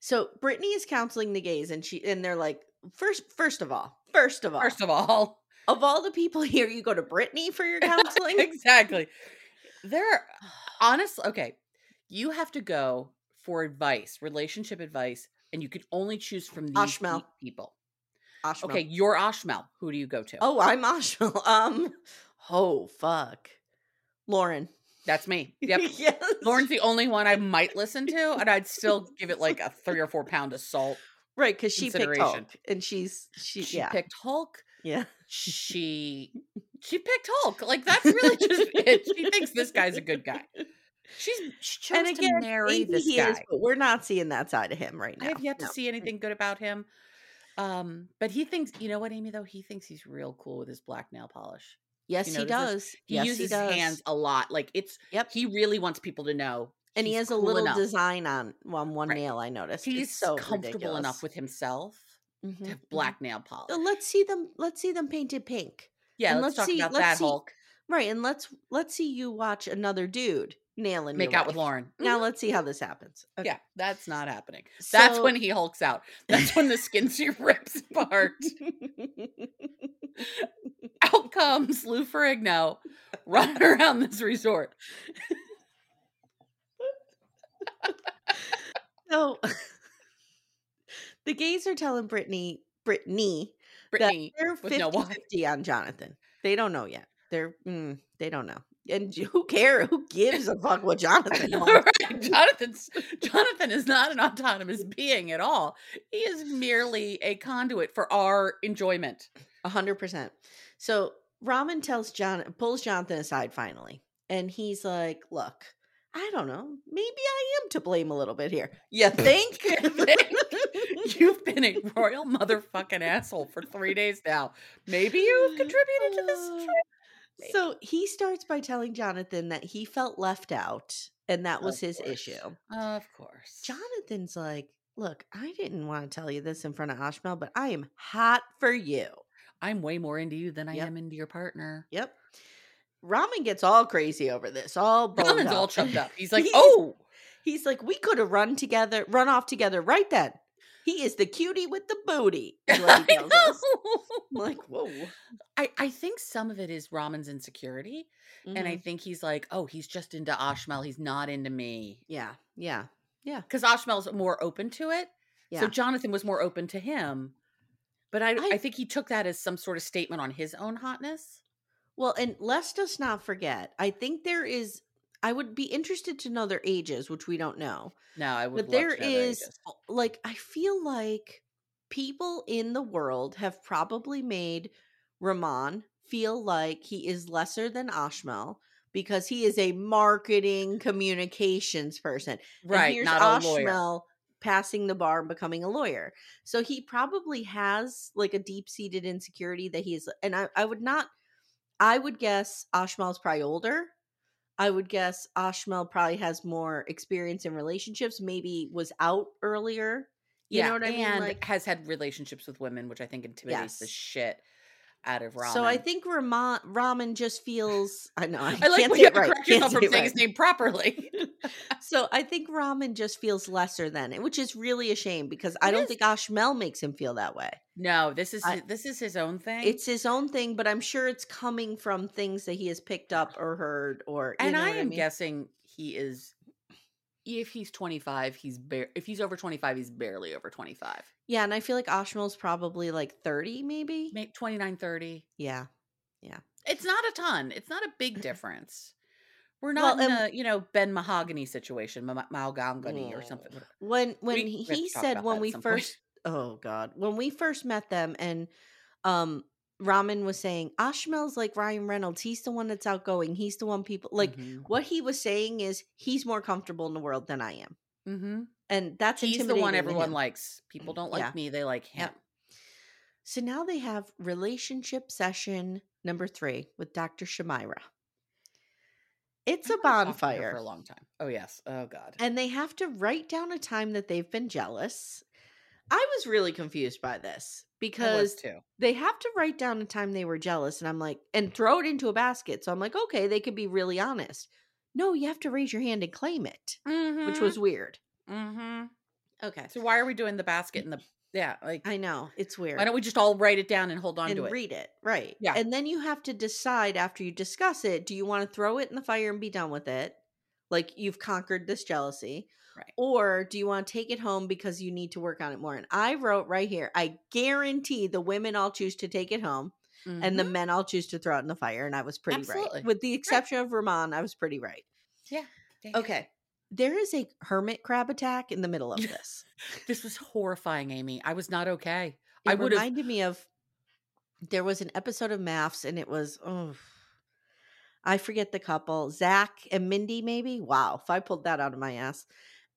Speaker 2: So Brittany is counseling the gays, and she and they're like, first, first of all, first of all,
Speaker 3: First of all,
Speaker 2: of all the people here, you go to Brittany for your counseling.
Speaker 3: exactly. There are honestly okay. You have to go for advice, relationship advice, and you can only choose from these
Speaker 2: Ashmel.
Speaker 3: eight people.
Speaker 2: Ashmel.
Speaker 3: Okay, you're Ashmel. Who do you go to?
Speaker 2: Oh, I'm Ashmal. Um. Oh fuck, Lauren.
Speaker 3: That's me. Yep.
Speaker 2: yes.
Speaker 3: Lauren's the only one I might listen to, and I'd still give it like a three or four pound assault.
Speaker 2: Right, because she picked
Speaker 3: consideration.
Speaker 2: Hulk, and she's she,
Speaker 3: She
Speaker 2: yeah
Speaker 3: picked Hulk.
Speaker 2: yeah.
Speaker 3: She she picked Hulk. Like that's really just it. She thinks this guy's a good guy. She's she chose
Speaker 2: And again,
Speaker 3: to marry
Speaker 2: maybe
Speaker 3: this
Speaker 2: he
Speaker 3: guy.
Speaker 2: is, but we're not seeing that side of him right now.
Speaker 3: I have yet to
Speaker 2: No.
Speaker 3: see anything good about him. Um, but he thinks, you know what, Amy, though? He thinks he's real cool with his black nail polish.
Speaker 2: Yes, he
Speaker 3: notice this?
Speaker 2: does.
Speaker 3: He
Speaker 2: yes,
Speaker 3: uses
Speaker 2: he does.
Speaker 3: his hands a lot. Like it's
Speaker 2: Yep.
Speaker 3: he really wants people to know.
Speaker 2: and he
Speaker 3: he's
Speaker 2: has a
Speaker 3: cool
Speaker 2: little
Speaker 3: enough.
Speaker 2: design on on one
Speaker 3: Right.
Speaker 2: nail. I noticed. It's
Speaker 3: He's
Speaker 2: so
Speaker 3: comfortable enough
Speaker 2: ridiculous.
Speaker 3: with himself to
Speaker 2: Mhm,
Speaker 3: have
Speaker 2: mhm.
Speaker 3: black nail polish.
Speaker 2: Uh, Let's see them. Let's see them painted pink.
Speaker 3: yeah,
Speaker 2: and
Speaker 3: let's,
Speaker 2: let's
Speaker 3: talk
Speaker 2: see-
Speaker 3: about
Speaker 2: let's
Speaker 3: that
Speaker 2: see
Speaker 3: Hulk.
Speaker 2: Right, and let's let's see you watch another dude nailing
Speaker 3: Make
Speaker 2: your
Speaker 3: out with
Speaker 2: wife.
Speaker 3: Lauren. Mm-hmm. Mm,
Speaker 2: Now let's see how this happens. Okay.
Speaker 3: Yeah, that's not happening. That's
Speaker 2: So-
Speaker 3: when he hulks out. That's when the skin suit rips apart. out comes Lou Ferrigno running around this resort.
Speaker 2: so the gays are telling Brittany, Brittany,
Speaker 3: Brittany
Speaker 2: they're
Speaker 3: with no Y.
Speaker 2: 50 on Jonathan. They don't know yet. They're mm, they don't know. And who care? Who gives a fuck what Jonathan knows?
Speaker 3: Right. Jonathan's Jonathan is not an autonomous being at all. He is merely a conduit for our enjoyment.
Speaker 2: A hundred percent. So Ramen tells John pulls Jonathan aside finally, and he's like, "Look, I don't know. Maybe I am to blame a little bit here. You think?
Speaker 3: You've been a royal motherfucking asshole for three days now. Maybe you've contributed to this. trip.
Speaker 2: so he starts by telling Jonathan that he felt left out, and that was his issue.
Speaker 3: Of course.
Speaker 2: Jonathan's like, "Look, I didn't want to tell you this in front of Ashmel, but I am hot for you."
Speaker 3: I'm way more into you than I
Speaker 2: Yep.
Speaker 3: am into your partner.
Speaker 2: Yep. Ramen gets all crazy over this. All boned
Speaker 3: Ramen's
Speaker 2: up.
Speaker 3: all chummed up. He's like,
Speaker 2: He's-
Speaker 3: oh,
Speaker 2: He's like, we could have run together, run off together right then. He is the cutie with the booty. is what he
Speaker 3: I
Speaker 2: tells us. I'm
Speaker 3: know.
Speaker 2: like, whoa.
Speaker 3: I, I think some of it is Ramen's insecurity. And I
Speaker 2: Mhm.
Speaker 3: think he's like, oh, he's just into Ashmel. He's not into me.
Speaker 2: yeah, yeah,
Speaker 3: Because Ashmel's more open to it.
Speaker 2: yeah.
Speaker 3: So Jonathan was more open to him. But I, I,
Speaker 2: I-
Speaker 3: think he took that as some sort of statement on his own hotness.
Speaker 2: well, and let's us not forget. I think there is. I would be interested to know their ages, which we don't know.
Speaker 3: No, I would.
Speaker 2: But
Speaker 3: love
Speaker 2: there
Speaker 3: to know their
Speaker 2: is-
Speaker 3: ages.
Speaker 2: Like, I feel like people in the world have probably made Rahman feel like he is lesser than Ashmel because he is a marketing communications person. And
Speaker 3: right,
Speaker 2: here's
Speaker 3: not a lawyer.
Speaker 2: Ashmel passing the bar and becoming a lawyer. So he probably has like a deep seated insecurity that he's, and I, I would not, I would guess Ashmel's probably older. I would guess Ashmel probably has more experience in relationships, maybe was out earlier. You know what I mean?
Speaker 3: And
Speaker 2: Like,
Speaker 3: has had relationships with women, which I think intimidates the
Speaker 2: Yes.
Speaker 3: shit out of Ramen.
Speaker 2: so I think Ramon, Ramen just feels, I know, I,
Speaker 3: I like
Speaker 2: can't
Speaker 3: when
Speaker 2: say
Speaker 3: you
Speaker 2: it
Speaker 3: have to
Speaker 2: right.
Speaker 3: correct
Speaker 2: can't
Speaker 3: yourself
Speaker 2: say
Speaker 3: from
Speaker 2: it
Speaker 3: saying
Speaker 2: right.
Speaker 3: his name properly.
Speaker 2: So I think Ramen just feels lesser than, which is really a shame because I
Speaker 3: It
Speaker 2: don't
Speaker 3: is.
Speaker 2: think Ashmel makes him feel that way.
Speaker 3: no, this is
Speaker 2: I-
Speaker 3: this is his own thing.
Speaker 2: it's his own thing, but I'm sure it's coming from things that he has picked up or heard or. You
Speaker 3: and
Speaker 2: know
Speaker 3: I
Speaker 2: what
Speaker 3: am
Speaker 2: mean?
Speaker 3: guessing he is. If he's twenty five, he's bare. If he's over twenty five, he's barely over twenty five.
Speaker 2: Yeah, and I feel like Ashmel's probably like 30, maybe.
Speaker 3: Make 29, 30.
Speaker 2: Yeah,
Speaker 3: It's not a ton. It's not a big difference. We're
Speaker 2: Well,
Speaker 3: not in
Speaker 2: and-
Speaker 3: a you know Ben Mahogany situation, ma- ma- Mahogany or something.
Speaker 2: Mm. When when
Speaker 3: We-
Speaker 2: he,
Speaker 3: we have
Speaker 2: he
Speaker 3: to talk
Speaker 2: said
Speaker 3: about that
Speaker 2: when
Speaker 3: at
Speaker 2: we
Speaker 3: some point.
Speaker 2: first, oh god, when we first met them, and um, Ramen was saying Ashmel's like Ryan Reynolds. He's the one that's outgoing. He's the one people like.
Speaker 3: Mhm.
Speaker 2: What he was saying is he's more comfortable in the world than I am,
Speaker 3: Mhm.
Speaker 2: and that's
Speaker 3: he's the one
Speaker 2: intimidating to
Speaker 3: everyone
Speaker 2: him.
Speaker 3: likes. People don't like
Speaker 2: Yeah.
Speaker 3: me; they like him.
Speaker 2: Yep. So now they have relationship session number three with Dr. Shamira. It's
Speaker 3: I
Speaker 2: a
Speaker 3: wanna talk to her for
Speaker 2: bonfire,
Speaker 3: a long time. Oh yes. Oh god.
Speaker 2: and they have to write down a time that they've been jealous. I was really confused by this
Speaker 3: I was
Speaker 2: because
Speaker 3: too.
Speaker 2: they have to write down a time they were jealous, and I'm like, and throw it into a basket. So I'm like, okay, they could be really honest. No, you have to raise your hand and claim it,
Speaker 3: Mm-hmm.
Speaker 2: which was weird.
Speaker 3: hmm
Speaker 2: Okay.
Speaker 3: So why are we doing the basket and the yeah? Like
Speaker 2: I know. It's weird.
Speaker 3: why don't we just all write it down and hold on
Speaker 2: and
Speaker 3: to it?
Speaker 2: read it. Right.
Speaker 3: Yeah.
Speaker 2: And then you have to decide after you discuss it do you want to throw it in the fire and be done with it? Like you've conquered this jealousy.
Speaker 3: Right.
Speaker 2: Or do you want to take it home because you need to work on it more? And I wrote right here I guarantee the women all choose to take it home and the
Speaker 3: Mhm.
Speaker 2: men all choose to throw it in the fire. And I was pretty
Speaker 3: Absolutely.
Speaker 2: right. With the exception of Ramon, I was pretty right.
Speaker 3: Dang it.
Speaker 2: Okay. There is a hermit crab attack in the middle of this.
Speaker 3: This was horrifying, Amy. I was not okay.
Speaker 2: It
Speaker 3: I would have.
Speaker 2: reminded me of there was an episode of Maths and it was oh I forget the couple, Zach and Mindy, maybe. Wow, if I pulled that out of my ass.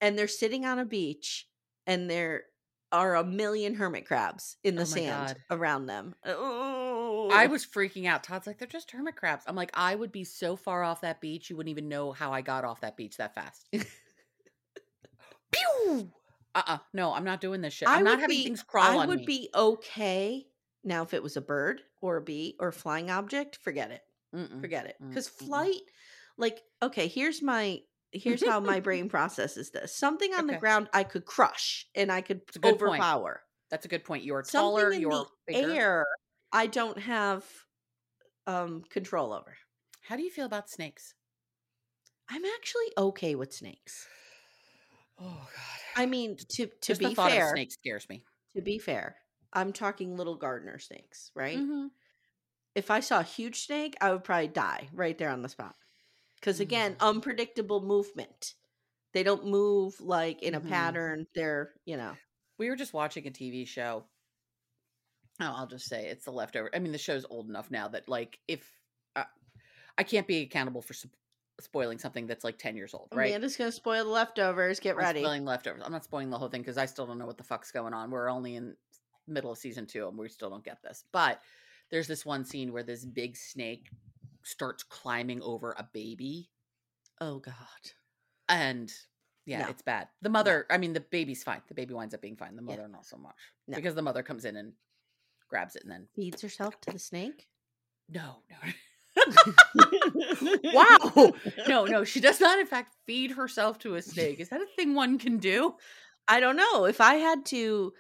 Speaker 2: And they're sitting on a beach and there are a million hermit crabs in the
Speaker 3: Oh my
Speaker 2: sand
Speaker 3: God.
Speaker 2: around them. Oh
Speaker 3: I was freaking out. Todd's like, they're just hermit crabs. I'm like, I would be so far off that beach, you wouldn't even know how I got off that beach that fast. Pew! Uh uh No, I'm not doing this shit.
Speaker 2: I
Speaker 3: I'm not
Speaker 2: would
Speaker 3: having
Speaker 2: be-
Speaker 3: things crawl
Speaker 2: I
Speaker 3: on
Speaker 2: would
Speaker 3: me.
Speaker 2: be okay now if it was a bird or a bee or a flying object, forget it.
Speaker 3: Mm-mm.
Speaker 2: forget it because
Speaker 3: Mm-mm-mm.
Speaker 2: flight like okay here's my here's how my brain processes this something on
Speaker 3: Okay.
Speaker 2: the ground i could crush and i could
Speaker 3: It's a good point.
Speaker 2: overpower
Speaker 3: That's a good point. You are taller.
Speaker 2: something in
Speaker 3: You
Speaker 2: the
Speaker 3: are bigger.
Speaker 2: air i don't have um control over
Speaker 3: How do you feel about snakes?
Speaker 2: i'm actually okay with snakes
Speaker 3: Oh God.
Speaker 2: i mean to to
Speaker 3: just the
Speaker 2: be
Speaker 3: thought of
Speaker 2: fair
Speaker 3: snake scares me.
Speaker 2: to be fair I'm talking little gardener snakes, right?
Speaker 3: Mhm.
Speaker 2: If I saw a huge snake, I would probably die right there on the spot. Because again,
Speaker 3: Mm.
Speaker 2: unpredictable movement. They don't move like in a
Speaker 3: Mhm.
Speaker 2: pattern. They're, you know,
Speaker 3: We were just watching a TV show. Oh, I'll just say it's the leftover. I mean, the show's old enough now that like if uh, I can't be accountable for sp- spoiling something that's like ten years old, right?
Speaker 2: Amanda's going to spoil the leftovers. Oh, Get
Speaker 3: I'm
Speaker 2: ready.
Speaker 3: Spoiling leftovers. I'm not spoiling the whole thing because I still don't know what the fuck's going on. We're only in middle of season two and we still don't get this. But there's this one scene where this big snake starts climbing over a baby,
Speaker 2: Oh, God.
Speaker 3: and yeah,
Speaker 2: No.
Speaker 3: it's bad. The mother, I mean, the baby's fine. The baby winds up being fine. The
Speaker 2: Yeah.
Speaker 3: mother not so much
Speaker 2: No.
Speaker 3: because the mother comes in and grabs it and then
Speaker 2: Feeds herself to the snake.
Speaker 3: no, no. Wow. No, no, she does not, in fact, feed herself to a snake. Is that a thing one can do?
Speaker 2: I don't know. If I had to,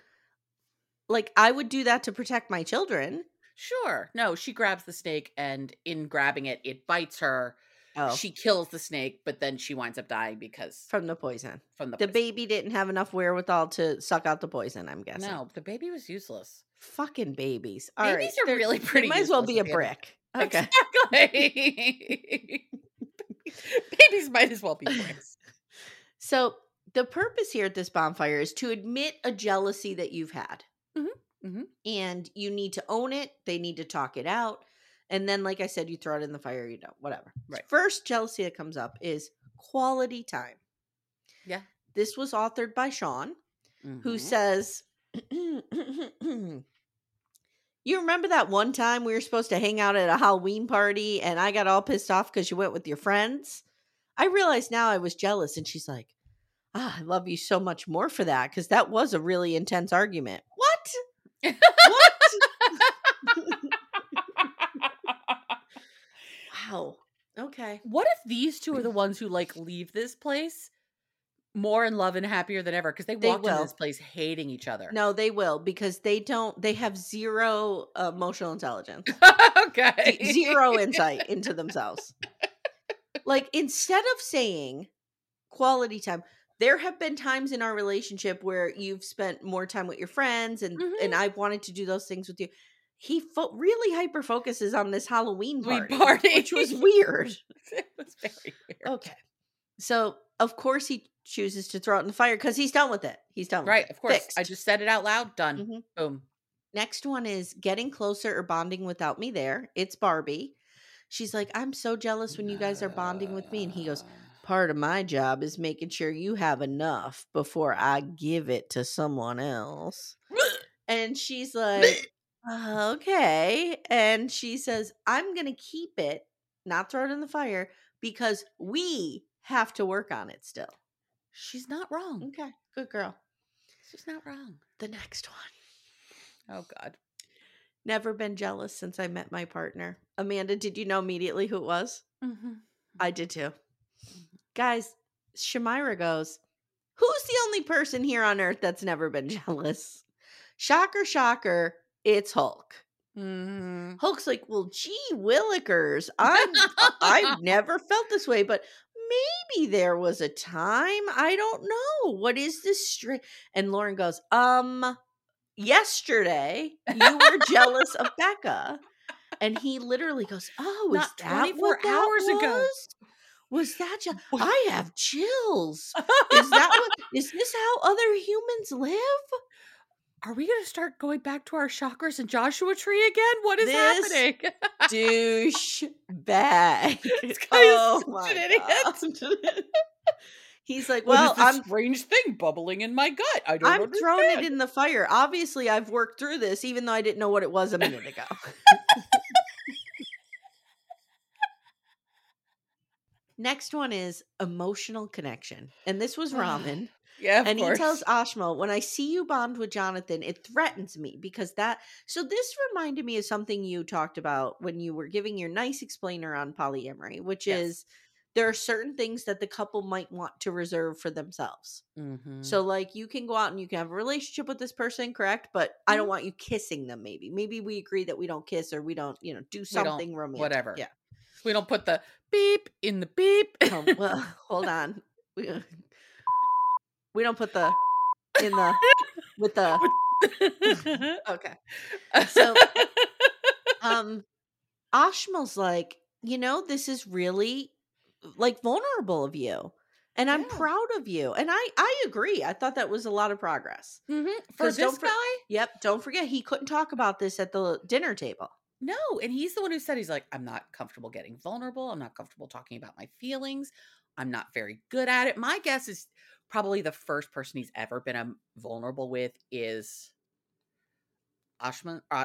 Speaker 2: like, I would do that to protect my children.
Speaker 3: Sure. No, she grabs the snake, and in grabbing it, it bites her.
Speaker 2: Oh,
Speaker 3: She kills the snake, but then she winds up dying because
Speaker 2: from the poison.
Speaker 3: from the,
Speaker 2: The
Speaker 3: poison.
Speaker 2: baby didn't have enough wherewithal to suck out the poison. I'm guessing.
Speaker 3: No, the baby was useless.
Speaker 2: fucking babies. All right,
Speaker 3: Babies are
Speaker 2: they're-
Speaker 3: really pretty.
Speaker 2: They might as well
Speaker 3: useless
Speaker 2: be a
Speaker 3: at the end of-
Speaker 2: brick. Okay.
Speaker 3: Exactly. Babies might as well be bricks.
Speaker 2: So the purpose here at this bonfire is to admit a jealousy that you've had,
Speaker 3: Mhm,
Speaker 2: Mm-hmm.
Speaker 3: mhm.
Speaker 2: and you need to own it. They need to talk it out, and then, like I said, you throw it in the fire. You know, whatever.
Speaker 3: Right.
Speaker 2: First jealousy that comes up is quality time.
Speaker 3: Yeah.
Speaker 2: This was authored by Sean. who
Speaker 3: Mhm.
Speaker 2: says, You remember that one time we were supposed to hang out at a Halloween party and I got all pissed off because you went with your friends? I realized now I was jealous. And she's like, ah, I love you so much more for that because that was a really intense argument. What? What? wow. Okay.
Speaker 3: What if these two are the ones who like leave this place more in love and happier than ever? Because they,
Speaker 2: They
Speaker 3: walked into
Speaker 2: will.
Speaker 3: this place hating each other.
Speaker 2: No, they will because they don't, they have zero emotional intelligence.
Speaker 3: okay.
Speaker 2: Z- zero insight into themselves. Like instead of saying quality time, there have been times in our relationship where you've spent more time with your friends and
Speaker 3: Mm-hmm.
Speaker 2: and I've wanted to do those things with you. He fo- really hyper focuses on this Halloween
Speaker 3: We
Speaker 2: party,
Speaker 3: party.
Speaker 2: which was weird. Oh,
Speaker 3: it was very weird.
Speaker 2: Okay. So, of course he chooses to throw it in the fire cuz he's done with it. He's done with
Speaker 3: Right,
Speaker 2: it.
Speaker 3: of course. I
Speaker 2: Fixed.
Speaker 3: just said it out loud. Done.
Speaker 2: Mhm.
Speaker 3: Boom.
Speaker 2: Next one is getting closer or bonding without me there. It's Barbie. She's like, I'm so jealous when you guys are bonding with me. And he goes, Part of my job is making sure you have enough before I give it to someone else. And she's like, "Uh, Okay. And she says, I'm going to keep it, not throw it in the fire, because we have to work on it still.
Speaker 3: She's not wrong.
Speaker 2: Okay. Good girl.
Speaker 3: She's not wrong.
Speaker 2: The next one.
Speaker 3: Oh God.
Speaker 2: Never been jealous since I met my partner. Amanda, did you know immediately who it was?
Speaker 3: Mm-hmm.
Speaker 2: I did too. Guys, Shamira goes, Who's the only person here on earth that's never been jealous? Shocker, shocker, it's Hulk.
Speaker 3: Mm-hmm.
Speaker 2: Hulk's like, Well, gee, Willikers, I'm, I've never felt this way, but maybe there was a time. I don't know. What is this? Stri-? And Lauren goes, Um, yesterday you were jealous of Becca. And he literally goes, Oh,
Speaker 3: Not
Speaker 2: is that
Speaker 3: 24
Speaker 2: what that
Speaker 3: hours ago."
Speaker 2: was? Was that je- I have chills. Is that what is this how other humans live?
Speaker 3: Are we going to start going back to our chakras and Joshua Tree again? What is
Speaker 2: This-
Speaker 3: happening?
Speaker 2: Douche bag. Oh
Speaker 3: This guy is such an idiot.
Speaker 2: God. He's like,
Speaker 3: What is
Speaker 2: well,
Speaker 3: this
Speaker 2: I'm
Speaker 3: strange thing bubbling in my gut. I don't.
Speaker 2: I'm throwing it
Speaker 3: understand."
Speaker 2: in the fire. Obviously, I've worked through this, even though I didn't know what it was a minute ago. Next one is emotional connection. And this was Ramen.
Speaker 3: Yeah, of
Speaker 2: and
Speaker 3: course.
Speaker 2: he tells Ashmo, when I see you bond with Jonathan, it threatens me because that. So this reminded me of something you talked about when you were giving your nice explainer on polyamory, which
Speaker 3: Yes.
Speaker 2: is there are certain things that the couple might want to reserve for themselves.
Speaker 3: Mhm.
Speaker 2: So like you can go out and you can have a relationship with this person, correct? But I don't
Speaker 3: Mhm.
Speaker 2: want you kissing them maybe. Maybe we agree that we don't kiss or we don't, you know, do
Speaker 3: don't-
Speaker 2: something romantic.
Speaker 3: whatever.
Speaker 2: Yeah.
Speaker 3: we don't put the beep in the beep.
Speaker 2: Um, well, hold on. uh, We, we don't put the in the with the okay. So um Ashmal's like, you know, this is really uh, like vulnerable of you. And I'm
Speaker 3: Yeah.
Speaker 2: proud of you. And I I agree. I thought that was a lot of progress.
Speaker 3: Mhm. For
Speaker 2: 'Cause don't
Speaker 3: this
Speaker 2: for-
Speaker 3: guy?
Speaker 2: Yep, don't forget he couldn't talk about this at the dinner table.
Speaker 3: No. And he's the one who said, he's like, I'm not comfortable getting vulnerable. I'm not comfortable talking about my feelings. I'm not very good at it. My guess is probably the first person he's ever been um, vulnerable with is Ashman. Uh,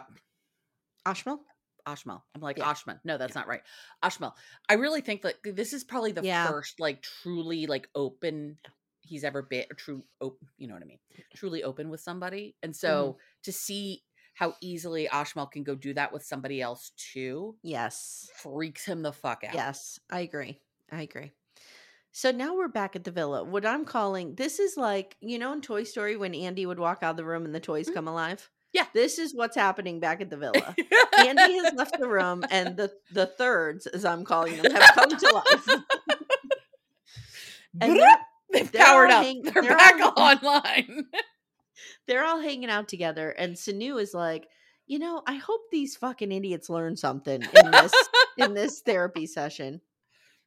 Speaker 2: Ashmal?
Speaker 3: Ashmal. I'm like,
Speaker 2: Yeah.
Speaker 3: Ashman. No, that's not right. Ashmal. I really think that this is probably the
Speaker 2: Yeah.
Speaker 3: first, like, truly, like, open he's ever been, or true, op- you know what I mean? Truly open with somebody.
Speaker 2: Mm.
Speaker 3: And so to see how easily Ashmal can go do that with somebody else too
Speaker 2: Yes.
Speaker 3: freaks him the fuck out.
Speaker 2: Yes, I agree. I agree. So now we're back at the villa. What I'm calling this is like, you know, in Toy Story when Andy would walk out of the room and the toys come alive?
Speaker 3: Mm-hmm. Yeah.
Speaker 2: This is what's happening back at the villa. Andy has left the room and the the thirds, as I'm calling them, have come to life. And they're,
Speaker 3: They've
Speaker 2: they're all
Speaker 3: powered up.
Speaker 2: hang-
Speaker 3: they're,
Speaker 2: they're
Speaker 3: back
Speaker 2: all-
Speaker 3: online.
Speaker 2: they're all hanging out together. And Sanu is like, you know, I hope these fucking idiots learn something in this in this therapy session.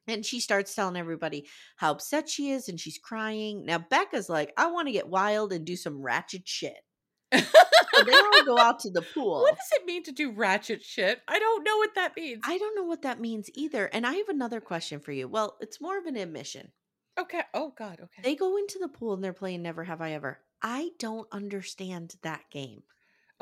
Speaker 2: And she starts telling everybody how upset she is and she's crying. Now Becca's like, I want to get wild and do some ratchet shit. So they all go out to the pool.
Speaker 3: what does it mean to do ratchet shit? I don't know what that means.
Speaker 2: I don't know what that means either. And I have another question for you. Well, it's more of an admission.
Speaker 3: okay. Oh God. Okay.
Speaker 2: They go into the pool and they're playing Never Have I Ever. I don't understand that game.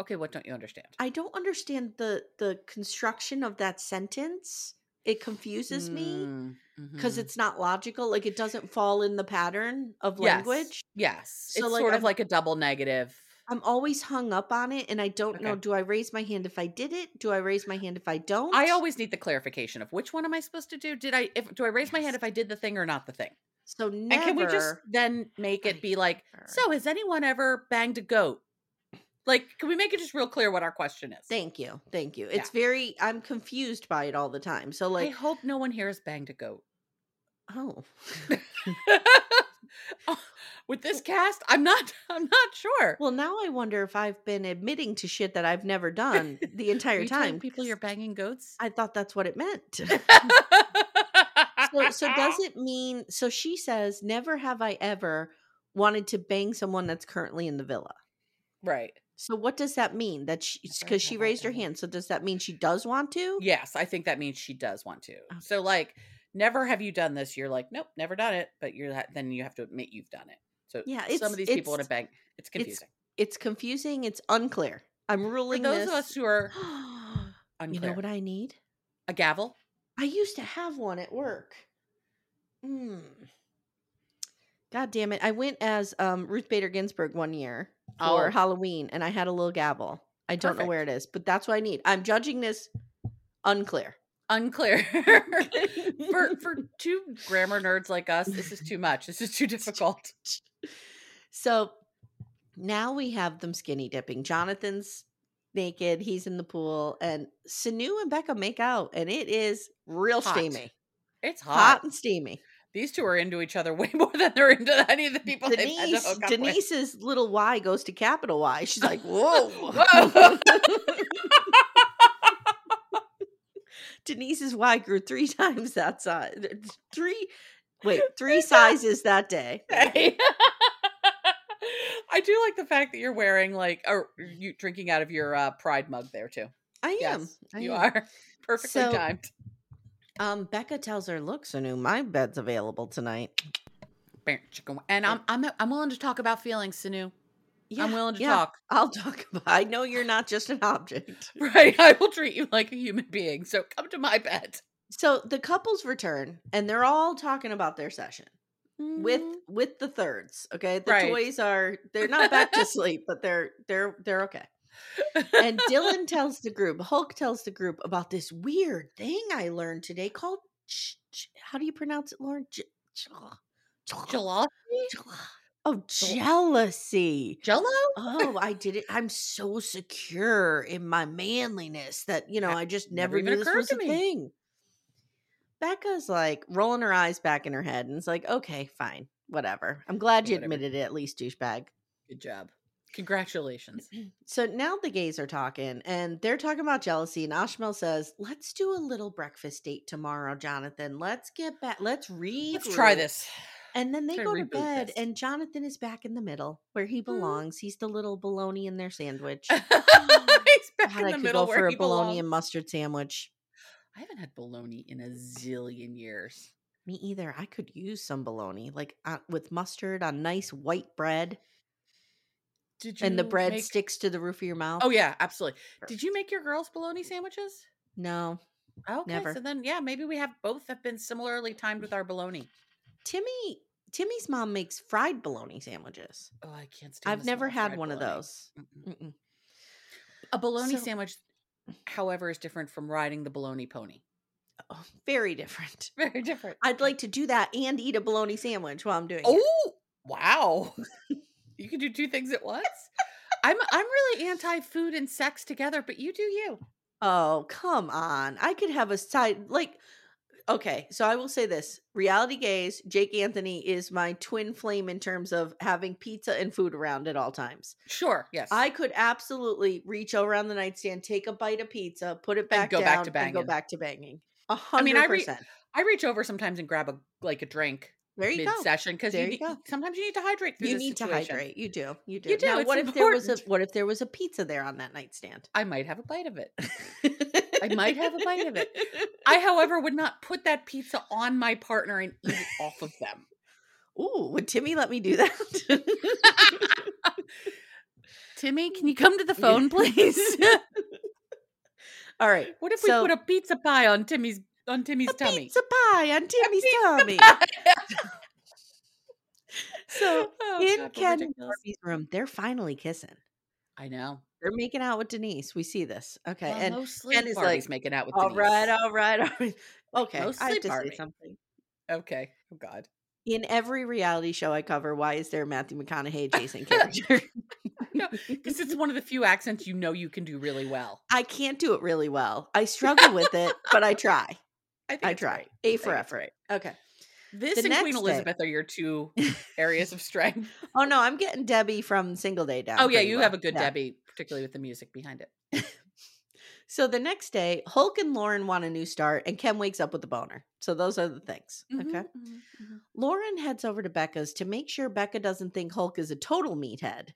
Speaker 3: okay. What don't you understand?
Speaker 2: I don't understand the the construction of that sentence. It confuses me
Speaker 3: Mm, Mm-hmm.
Speaker 2: because it's not logical. Like it doesn't fall in the pattern of language.
Speaker 3: Yes.
Speaker 2: So,
Speaker 3: it's
Speaker 2: like,
Speaker 3: sort
Speaker 2: I'm-
Speaker 3: of like a double negative.
Speaker 2: I'm always hung up on it, and I don't know.
Speaker 3: Okay.
Speaker 2: Do I raise my hand if I did it? Do I raise my hand if I don't?
Speaker 3: I always need the clarification of which one am I supposed to do? Did I if do I raise my hand if I did the thing or not the thing?
Speaker 2: so never.
Speaker 3: And can we just then make
Speaker 2: I
Speaker 3: it be like,
Speaker 2: never.
Speaker 3: so has anyone ever banged a goat? Like, can we make it just real clear what our question is?
Speaker 2: Thank you, thank you.
Speaker 3: Yeah.
Speaker 2: It's very. I'm confused by it all the time. So
Speaker 3: I
Speaker 2: like,
Speaker 3: hope no one here has banged a goat.
Speaker 2: oh,
Speaker 3: Oh, With this cast, I'm not I'm not sure.
Speaker 2: well now I wonder if I've been admitting to shit that I've never done the
Speaker 3: Are
Speaker 2: entire
Speaker 3: you telling
Speaker 2: time.
Speaker 3: people
Speaker 2: because
Speaker 3: you're banging goats.
Speaker 2: I thought that's what it meant. so,
Speaker 3: so,
Speaker 2: so does it mean so she says never have i ever wanted to bang someone that's currently in the villa
Speaker 3: right?
Speaker 2: so what does that mean that she
Speaker 3: Never
Speaker 2: because she
Speaker 3: have I
Speaker 2: raised her
Speaker 3: ever.
Speaker 2: hand so does that mean she does want to
Speaker 3: Yes, I think that means she does want to.
Speaker 2: Oh,
Speaker 3: So like, never have you done this. You're like, nope, never done it. But you're that- then you have to admit you've done it. So
Speaker 2: Yeah,
Speaker 3: some
Speaker 2: it's-
Speaker 3: of these people want
Speaker 2: it's-
Speaker 3: to bang. It's
Speaker 2: it's
Speaker 3: confusing.
Speaker 2: it's confusing it's unclear i'm
Speaker 3: For
Speaker 2: ruling
Speaker 3: those
Speaker 2: this
Speaker 3: of us who are
Speaker 2: you
Speaker 3: unclear,
Speaker 2: know what i need
Speaker 3: a gavel.
Speaker 2: i used to have one at work mm. god damn it i went as um, ruth bader ginsburg one year for
Speaker 3: Oh.
Speaker 2: halloween and i had a little gavel i don't know where it is but that's what i need i'm judging this unclear
Speaker 3: Unclear. for for two grammar nerds like us, this is too much. This is too difficult.
Speaker 2: So now we have them skinny dipping. Jonathan's naked, he's in the pool, and Sanu and Becca make out, and it is real
Speaker 3: Hot.
Speaker 2: steamy.
Speaker 3: It's
Speaker 2: Hot.
Speaker 3: hot.
Speaker 2: and steamy.
Speaker 3: These two are into each other way more than they're into any of the people they've had to
Speaker 2: Denise
Speaker 3: hook up with.
Speaker 2: Denise's little Y goes to capital Y. She's like, Whoa.
Speaker 3: Whoa.
Speaker 2: Denise's Y grew three times that size. Three wait, three sizes that day.
Speaker 3: Okay. I do like the fact that you're wearing like or you drinking out of your uh, pride mug there too.
Speaker 2: I am.
Speaker 3: Yes,
Speaker 2: I
Speaker 3: you
Speaker 2: am.
Speaker 3: are perfectly
Speaker 2: So-
Speaker 3: timed.
Speaker 2: Um, Becca tells her, "Look, Sanu, my bed's available tonight.
Speaker 3: Bam, chicka, And I'm I'm I'm willing to talk about feelings, Sanu. I'm willing to
Speaker 2: yeah,
Speaker 3: talk.
Speaker 2: I'll talk about. I know you're not just an object."
Speaker 3: Right, I will treat you like a human being. So come to my bed
Speaker 2: So the couples return, and they're all talking about their session with with the thirds. Okay, the
Speaker 3: Right.
Speaker 2: toys are they're not back to sleep, but they're they're they're okay. And Dylan tells the group, Hulk tells the group about this weird thing I learned today called. ch- ch- How do you pronounce it, Lauren? J- ch-
Speaker 3: Jello.
Speaker 2: Oh, jealousy.
Speaker 3: Jello.
Speaker 2: Oh, I did it. I'm so secure in my manliness that you know
Speaker 3: That
Speaker 2: I just never,
Speaker 3: never even
Speaker 2: knew this
Speaker 3: occurred
Speaker 2: was
Speaker 3: to
Speaker 2: a
Speaker 3: me.
Speaker 2: thing. Becca's like rolling her eyes back in her head and it's like, okay, fine, whatever. I'm glad
Speaker 3: Okay,
Speaker 2: you
Speaker 3: whatever.
Speaker 2: admitted it, at least douchebag.
Speaker 3: Good job. Congratulations.
Speaker 2: So now the gays are talking and they're talking about jealousy. And Ashmel says, Let's do a little breakfast date tomorrow, Jonathan. Let's get back. Let's read.
Speaker 3: Let's try this.
Speaker 2: And then they
Speaker 3: Try to
Speaker 2: go to
Speaker 3: reboot
Speaker 2: bed,
Speaker 3: this. Mm.
Speaker 2: and Jonathan is back in the middle where he belongs. He's the little bologna in their sandwich.
Speaker 3: He's back
Speaker 2: God,
Speaker 3: in
Speaker 2: I
Speaker 3: the
Speaker 2: could
Speaker 3: middle
Speaker 2: go
Speaker 3: where
Speaker 2: for a
Speaker 3: he
Speaker 2: bologna
Speaker 3: belongs.
Speaker 2: and mustard sandwich.
Speaker 3: I haven't had bologna in a zillion years.
Speaker 2: Me either. I could use some bologna, like uh, with mustard on nice white bread,
Speaker 3: Did
Speaker 2: and the
Speaker 3: you
Speaker 2: bread
Speaker 3: make-
Speaker 2: sticks to the roof of your mouth.
Speaker 3: Oh yeah, absolutely. Did you make your girls bologna sandwiches?
Speaker 2: no,
Speaker 3: Okay,
Speaker 2: Never.
Speaker 3: so then yeah, maybe we have both have been similarly timed with our bologna.
Speaker 2: Timmy. Timmy's mom makes fried bologna sandwiches.
Speaker 3: Oh, I can't stand.
Speaker 2: I've
Speaker 3: the
Speaker 2: never
Speaker 3: smell of
Speaker 2: had
Speaker 3: fried
Speaker 2: one of
Speaker 3: bologna.
Speaker 2: those.
Speaker 3: Mm-mm.
Speaker 2: Mm-mm.
Speaker 3: A bologna
Speaker 2: So-
Speaker 3: sandwich, however, is different from riding the bologna pony.
Speaker 2: Oh, very different.
Speaker 3: Very different.
Speaker 2: I'd like to do that and eat a bologna sandwich while I'm doing it.
Speaker 3: Oh wow! you can do two things at once. I'm I'm really anti food and sex together, but you do you.
Speaker 2: Oh, come on. I could have a side like okay, so I will say this. Reality gays, Jake Anthony is my twin flame in terms of having pizza and food around at all times.
Speaker 3: Sure. Yes.
Speaker 2: I could absolutely reach around the nightstand, take a bite of pizza, put it back
Speaker 3: go
Speaker 2: down,
Speaker 3: back to
Speaker 2: and go
Speaker 3: banging.
Speaker 2: back to banging. A
Speaker 3: I mean,
Speaker 2: hundred
Speaker 3: I re-
Speaker 2: percent.
Speaker 3: I reach over sometimes and grab a like a drink
Speaker 2: There you
Speaker 3: mid
Speaker 2: go.
Speaker 3: session because you,
Speaker 2: There you
Speaker 3: need-
Speaker 2: go.
Speaker 3: sometimes you need to hydrate. Through
Speaker 2: You
Speaker 3: this
Speaker 2: need to
Speaker 3: situation.
Speaker 2: hydrate. You do. You do.
Speaker 3: You do,
Speaker 2: Now,
Speaker 3: it's
Speaker 2: what if there was a
Speaker 3: important.
Speaker 2: what if there was a pizza there on that nightstand?
Speaker 3: I might have a bite of it. I might have a bite of it. I, however, would not put that pizza on my partner and eat it off of them.
Speaker 2: Ooh, would Timmy let me do that?
Speaker 3: Timmy, can you come to the phone, please?
Speaker 2: All right.
Speaker 3: what if
Speaker 2: so-
Speaker 3: we put a pizza pie on Timmy's on Timmy's
Speaker 2: a
Speaker 3: tummy?
Speaker 2: pizza pie on Timmy's tummy. So,
Speaker 3: Oh,
Speaker 2: In
Speaker 3: God, we're
Speaker 2: Ken and
Speaker 3: ridiculous.
Speaker 2: Barbie's room, they're finally kissing.
Speaker 3: I know.
Speaker 2: They're making out with Denise. We see this. Okay.
Speaker 3: Well,
Speaker 2: and
Speaker 3: no sleep
Speaker 2: is like,
Speaker 3: Barbie's making out with
Speaker 2: all
Speaker 3: Denise.
Speaker 2: right, all right, all right. Okay.
Speaker 3: No
Speaker 2: I have
Speaker 3: sleep,
Speaker 2: to say
Speaker 3: Barbie.
Speaker 2: something.
Speaker 3: Okay. Oh God.
Speaker 2: In every reality show I cover, why is there a Matthew McConaughey Jason character?
Speaker 3: No, because it's one of the few accents you know you can do really well.
Speaker 2: I can't do it really well. I struggle with it, but I try.
Speaker 3: I, think
Speaker 2: I
Speaker 3: it's
Speaker 2: try.
Speaker 3: great.
Speaker 2: A
Speaker 3: I
Speaker 2: for
Speaker 3: think it's
Speaker 2: effort.
Speaker 3: great.
Speaker 2: Okay.
Speaker 3: This
Speaker 2: The
Speaker 3: and
Speaker 2: next
Speaker 3: Queen
Speaker 2: day-
Speaker 3: Elizabeth are your two areas of strength.
Speaker 2: Oh no, I'm getting Debbie from Single Day down.
Speaker 3: oh yeah,
Speaker 2: pretty
Speaker 3: you
Speaker 2: well.
Speaker 3: have a good
Speaker 2: Yeah.
Speaker 3: Debbie, particularly with the music behind it.
Speaker 2: So the next day, Hulk and Lauren want a new start, and Ken wakes up with a boner. So those are the things.
Speaker 3: Mm-hmm.
Speaker 2: Okay. mm-hmm. Lauren heads over to Becca's to make sure Becca doesn't think Hulk is a total meathead.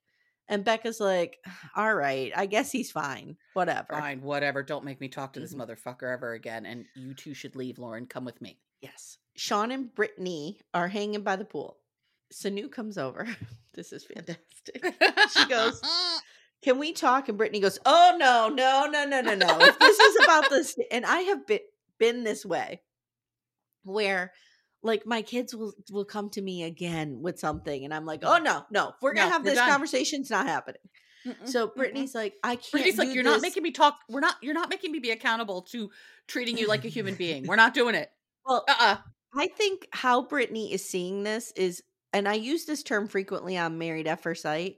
Speaker 2: And Becca's like, all right, I guess he's fine. Whatever.
Speaker 3: Fine, whatever. Don't make me talk to this
Speaker 2: Mhm.
Speaker 3: motherfucker ever again. And you two should leave, Lauren. Come with me.
Speaker 2: Yes. Sean and Brittany are hanging by the pool. Sanu comes over. this is fantastic. She goes, Can we talk? And Brittany goes, Oh no, no, no, no, no, no. If this is about this, and I have been been this way, where like my kids will will come to me again with something, and I'm like, Oh no, no, we're gonna
Speaker 3: Mm. No,
Speaker 2: have
Speaker 3: we're
Speaker 2: this
Speaker 3: done."
Speaker 2: conversation's not happening.
Speaker 3: Mm-mm,
Speaker 2: So
Speaker 3: mm-mm.
Speaker 2: Brittany's like, I can't.
Speaker 3: Brittany's like,
Speaker 2: do
Speaker 3: you're
Speaker 2: this."
Speaker 3: not making me talk. We're not. You're not making me be accountable to treating you like a human being. We're not doing it.
Speaker 2: Well,
Speaker 3: Uh. uh
Speaker 2: I think how Brittany is seeing this is, and I use this term frequently on Married at First Sight.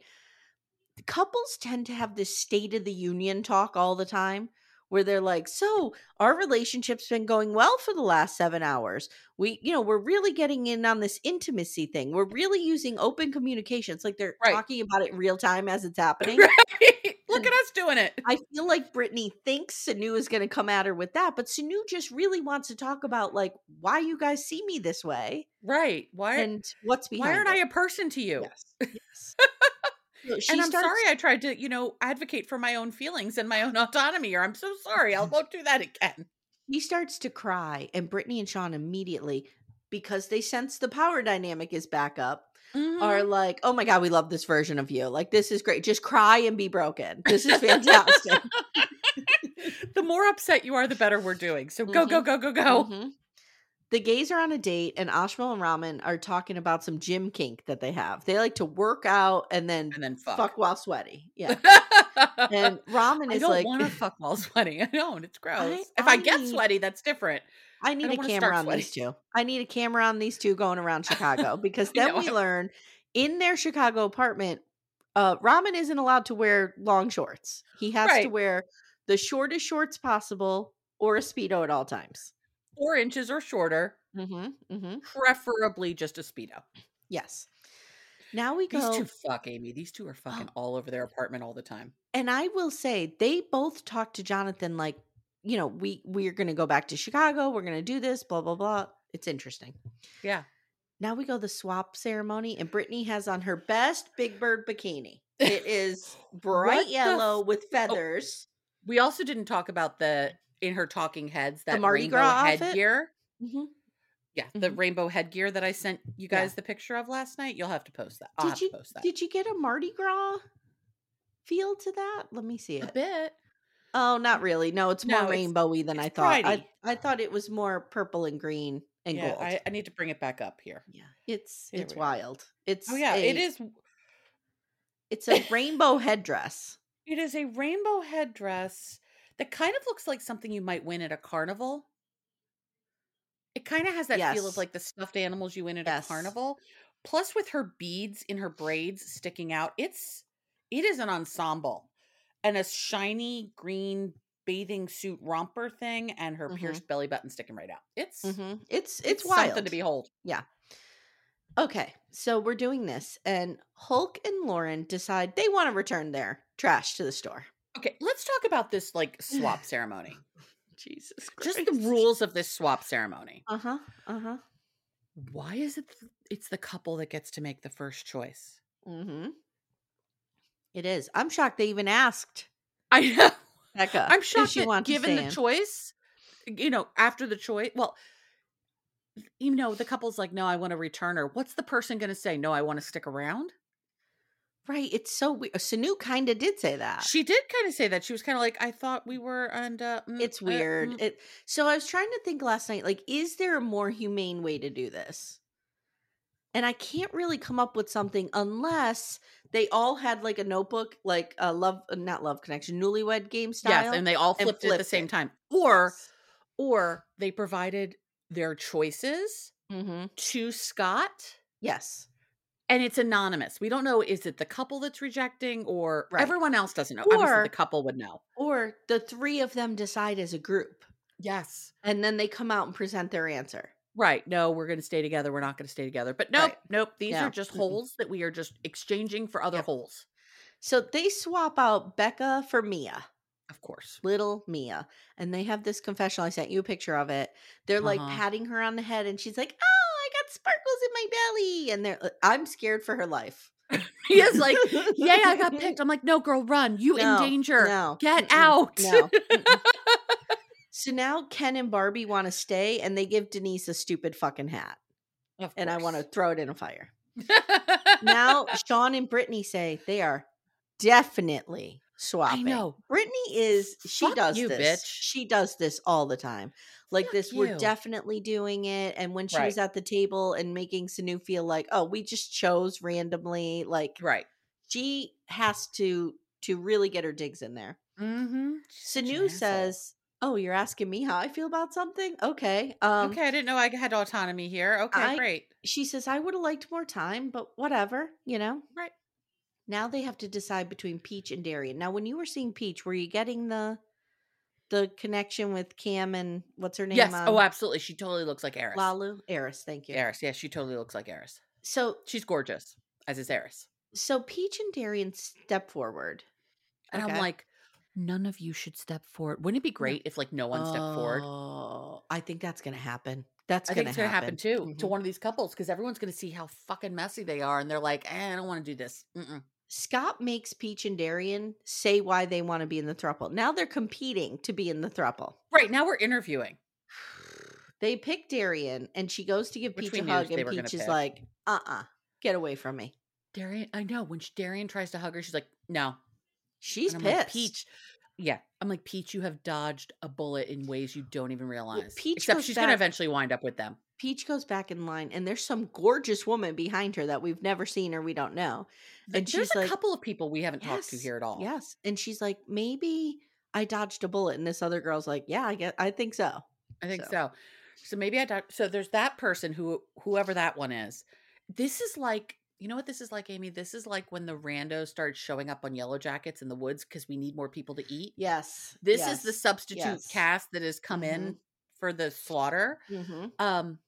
Speaker 2: Couples tend to have this state of the union talk all the time where they're like, So our relationship's been going well for the last seven hours. We, you know, we're really getting in on this intimacy thing. We're really using open communication. It's like they're
Speaker 3: Right.
Speaker 2: talking about it in real time as it's happening.
Speaker 3: Right? Look at us doing it.
Speaker 2: I feel like Brittany thinks Sanu is going to come at her with that, but Sanu just really wants to talk about like why you guys see me this way
Speaker 3: Right. Why?
Speaker 2: and what's behind.
Speaker 3: why aren't I
Speaker 2: it.
Speaker 3: a person to you?
Speaker 2: Yes. So she
Speaker 3: and I'm
Speaker 2: starts-
Speaker 3: sorry I tried to, you know, advocate for my own feelings and my own autonomy. Or I'm so sorry. I won't do that again.
Speaker 2: He starts to cry, and Brittany and Sean immediately, because they sense the power dynamic is back up, are like, "Oh my god, we love this version of you! Like this is great. Just cry and be broken. This is fantastic."
Speaker 3: the more upset you are, the better we're doing. So go, go, go, go, go.
Speaker 2: Mhm. The gays are on a date, and Ashmal and Raman are talking about some gym kink that they have. They like to work out and then
Speaker 3: And then fuck.
Speaker 2: fuck. while sweaty. Yeah. And Raman
Speaker 3: I
Speaker 2: is
Speaker 3: don't
Speaker 2: like,
Speaker 3: want to fuck while sweaty. I don't. It's gross. if
Speaker 2: I
Speaker 3: I get
Speaker 2: need-
Speaker 3: sweaty, that's different.
Speaker 2: I need
Speaker 3: don't
Speaker 2: a
Speaker 3: wanna
Speaker 2: camera
Speaker 3: start
Speaker 2: on these two. I need a camera on these two going around Chicago because
Speaker 3: I
Speaker 2: then
Speaker 3: know,
Speaker 2: we
Speaker 3: I-
Speaker 2: learn in their Chicago apartment, uh, Raman isn't allowed to wear long shorts. He has to
Speaker 3: Right.
Speaker 2: wear the shortest shorts possible or a Speedo at all times.
Speaker 3: Four inches or shorter,
Speaker 2: Mm-hmm. Mm-hmm.
Speaker 3: preferably just a Speedo.
Speaker 2: Yes. Now we
Speaker 3: These
Speaker 2: go.
Speaker 3: two fuck Amy. These two are
Speaker 2: Oh.
Speaker 3: fucking all over their apartment all the time.
Speaker 2: and I will say they both talked to Jonathan like, you know, we we're going to go back to Chicago, we're going to do this, blah blah blah. It's interesting.
Speaker 3: Yeah.
Speaker 2: Now we go the swap ceremony and Brittany has on her best Big Bird bikini. It is
Speaker 3: What
Speaker 2: bright
Speaker 3: the
Speaker 2: yellow
Speaker 3: f- oh,
Speaker 2: with feathers.
Speaker 3: We also didn't talk about the in her talking heads that
Speaker 2: Mardi
Speaker 3: rainbow
Speaker 2: Gras outfit?
Speaker 3: headgear.
Speaker 2: Mhm.
Speaker 3: Yeah, the
Speaker 2: Mhm.
Speaker 3: rainbow headgear that I sent you
Speaker 2: Yeah.
Speaker 3: guys the picture of last night. You'll have to post that. I'll have
Speaker 2: Did you
Speaker 3: to post that.
Speaker 2: did you get a Mardi Gras feel to that? Let me see
Speaker 3: a
Speaker 2: it.
Speaker 3: bit.
Speaker 2: Oh, not really. No, it's more
Speaker 3: No, it's-
Speaker 2: rainbowy than I
Speaker 3: it's
Speaker 2: thought. I,
Speaker 3: brighty.
Speaker 2: I thought it was more purple and green and
Speaker 3: yeah,
Speaker 2: gold.
Speaker 3: I, I need to bring it back up here.
Speaker 2: yeah, it's
Speaker 3: Here
Speaker 2: it's
Speaker 3: we are.
Speaker 2: wild. It's
Speaker 3: Oh yeah, it
Speaker 2: a-
Speaker 3: is.
Speaker 2: It's a rainbow headdress.
Speaker 3: It is a rainbow headdress that kind of looks like something you might win at a carnival. It kind of has that feel
Speaker 2: Yes.
Speaker 3: of like the stuffed animals you win at
Speaker 2: Yes.
Speaker 3: a carnival. Plus, with her beads in her braids sticking out, it's it is an ensemble, and a shiny green bathing suit romper thing, and her
Speaker 2: Mhm.
Speaker 3: pierced belly button sticking right out. It's
Speaker 2: Mhm. It's it's,
Speaker 3: Mm-hmm. it's
Speaker 2: wild.
Speaker 3: something to behold.
Speaker 2: Okay, so we're doing this, and Hulk and Lauren decide they want to return their trash to the store.
Speaker 3: Okay, let's talk about this like swap ceremony.
Speaker 2: Jesus Christ!
Speaker 3: Just the rules of this swap ceremony.
Speaker 2: Uh huh. Uh
Speaker 3: uh-huh.
Speaker 2: huh.
Speaker 3: why is it th- it's the couple that gets to make the first choice
Speaker 2: Mm-hmm. It is. I'm shocked they even asked
Speaker 3: i know
Speaker 2: Becca.
Speaker 3: i'm
Speaker 2: if
Speaker 3: shocked
Speaker 2: she
Speaker 3: that
Speaker 2: wanted to
Speaker 3: given
Speaker 2: stay
Speaker 3: the
Speaker 2: in.
Speaker 3: choice you know after the choice well you know the couple's like no i want to return her what's the person going to say no i want to stick around
Speaker 2: Right. It's so weird. Sanu kind of did say that.
Speaker 3: she did kind of say that she was kind of like i thought we were and uh, mm,
Speaker 2: it's
Speaker 3: uh,
Speaker 2: weird.
Speaker 3: mm."
Speaker 2: It. So I was trying to think last night. Like, is there a more humane way to do this? And I can't really come up with something unless they all had like a notebook, like a love, not love connection, newlywed game style.
Speaker 3: yes and they all
Speaker 2: and
Speaker 3: flipped, it at the
Speaker 2: flipped
Speaker 3: same
Speaker 2: it.
Speaker 3: time or or they provided their choices
Speaker 2: Mm-hmm.
Speaker 3: to scott
Speaker 2: Yes.
Speaker 3: and it's anonymous. We don't know is it the couple that's rejecting or
Speaker 2: Right.
Speaker 3: everyone else doesn't know. Obviously,
Speaker 2: Or-
Speaker 3: the couple would know.
Speaker 2: Or the three of them decide as a group,
Speaker 3: Yes.
Speaker 2: and then they come out and present their answer.
Speaker 3: Right. No, we're going to stay together. We're not going to stay together. But nope,
Speaker 2: Right.
Speaker 3: nope. These
Speaker 2: Yeah.
Speaker 3: are just
Speaker 2: Mm-mm.
Speaker 3: holes that we are just exchanging for other
Speaker 2: Yep.
Speaker 3: holes.
Speaker 2: So they swap out Becca for Mia.
Speaker 3: Of course.
Speaker 2: little Mia. And they have this confessional. I sent you a picture of it. They're like
Speaker 3: Uh-huh.
Speaker 2: patting her on the head, and she's like, Oh, I got sparkles in my belly. And they're, uh, I'm scared for her life.
Speaker 3: He is like, yay, I got picked. I'm like, no, girl, run. You
Speaker 2: No,
Speaker 3: in danger.
Speaker 2: no,
Speaker 3: Get
Speaker 2: mm-mm,
Speaker 3: out.
Speaker 2: Mm, no, mm-mm. so now Ken and Barbie want to stay, and they give Denise a stupid fucking hat.
Speaker 3: Of
Speaker 2: And I want to
Speaker 3: course.
Speaker 2: throw it in a fire. Now Sean and Brittany say they are definitely swapping.
Speaker 3: know.
Speaker 2: Brittany is she
Speaker 3: Fuck
Speaker 2: does
Speaker 3: you,
Speaker 2: this.
Speaker 3: bitch.
Speaker 2: She does this all the time. Like
Speaker 3: Fuck
Speaker 2: this, we're
Speaker 3: you.
Speaker 2: definitely doing it. And when she was
Speaker 3: Right.
Speaker 2: at the table and making Sanu feel like, oh, we just chose randomly. Like
Speaker 3: right.
Speaker 2: she has to to really get her digs in there.
Speaker 3: Mm-hmm.
Speaker 2: Sanu says, "Oh, you're asking me how I feel about something? Okay. Um,
Speaker 3: okay, I didn't know I had autonomy here. Okay,
Speaker 2: I-
Speaker 3: great.
Speaker 2: She says, "I would have liked more time, but whatever. You know,
Speaker 3: Right.
Speaker 2: now they have to decide between Peach and Darian. Now, when you were seeing Peach, were you getting the the connection with Cam and what's her name?
Speaker 3: Yes.
Speaker 2: on
Speaker 3: Oh, absolutely. She totally looks like Eris.
Speaker 2: Lalu Eris. Thank you.
Speaker 3: Eris. Yeah, she totally looks like Eris.
Speaker 2: So,
Speaker 3: She's gorgeous, as is Eris.
Speaker 2: so Peach and Darian step forward.
Speaker 3: And I'm
Speaker 2: Okay.
Speaker 3: like, none of you should step forward. Wouldn't it be great if like no one stepped forward?
Speaker 2: Oh, I think that's going to happen. That's
Speaker 3: I
Speaker 2: going
Speaker 3: think
Speaker 2: to
Speaker 3: it's
Speaker 2: happen
Speaker 3: gonna happen, too to
Speaker 2: Mhm.
Speaker 3: one of these couples because everyone's gonna see how fucking messy they are, and they're like, eh, I don't want to do this. Mm-mm.
Speaker 2: Scott makes Peach and Darian say why they want to be in the thruple. Now they're competing to be in the thruple.
Speaker 3: Right now we're interviewing.
Speaker 2: They pick Darian, and she goes to give
Speaker 3: Which
Speaker 2: Peach
Speaker 3: we
Speaker 2: a
Speaker 3: knew
Speaker 2: hug,
Speaker 3: they
Speaker 2: and
Speaker 3: were gonna
Speaker 2: Peach is
Speaker 3: pick.
Speaker 2: like, "Uh-uh, get away from me."
Speaker 3: Darian, I know when she, Darian tries to hug her, she's like, no.
Speaker 2: She's
Speaker 3: And I'm
Speaker 2: pissed.
Speaker 3: like, Peach. Yeah, I'm like Peach. You have dodged a bullet in ways you don't even realize.
Speaker 2: Peach
Speaker 3: Except
Speaker 2: goes
Speaker 3: she's gonna
Speaker 2: back-
Speaker 3: eventually wind up with them.
Speaker 2: Peach goes back in line, and there's some gorgeous woman behind her that we've never seen or we don't know.
Speaker 3: And
Speaker 2: And
Speaker 3: There's
Speaker 2: she's
Speaker 3: a
Speaker 2: like,
Speaker 3: couple of people we haven't talked to
Speaker 2: "Yes,
Speaker 3: here at all.
Speaker 2: Yes, and she's like, maybe I dodged a bullet, and this other girl's like, yeah, I guess I think so.
Speaker 3: I think
Speaker 2: So-
Speaker 3: so. So, maybe I doc- so there's that person who whoever that one is. This is like you know what this is like, Amy. This is like when the randos started showing up on Yellow Jackets in the woods because we need more people to eat.
Speaker 2: Yes,
Speaker 3: This is the substitute
Speaker 2: yes. Mm-hmm.
Speaker 3: cast that has come in for the slaughter.
Speaker 2: hmm
Speaker 3: Um,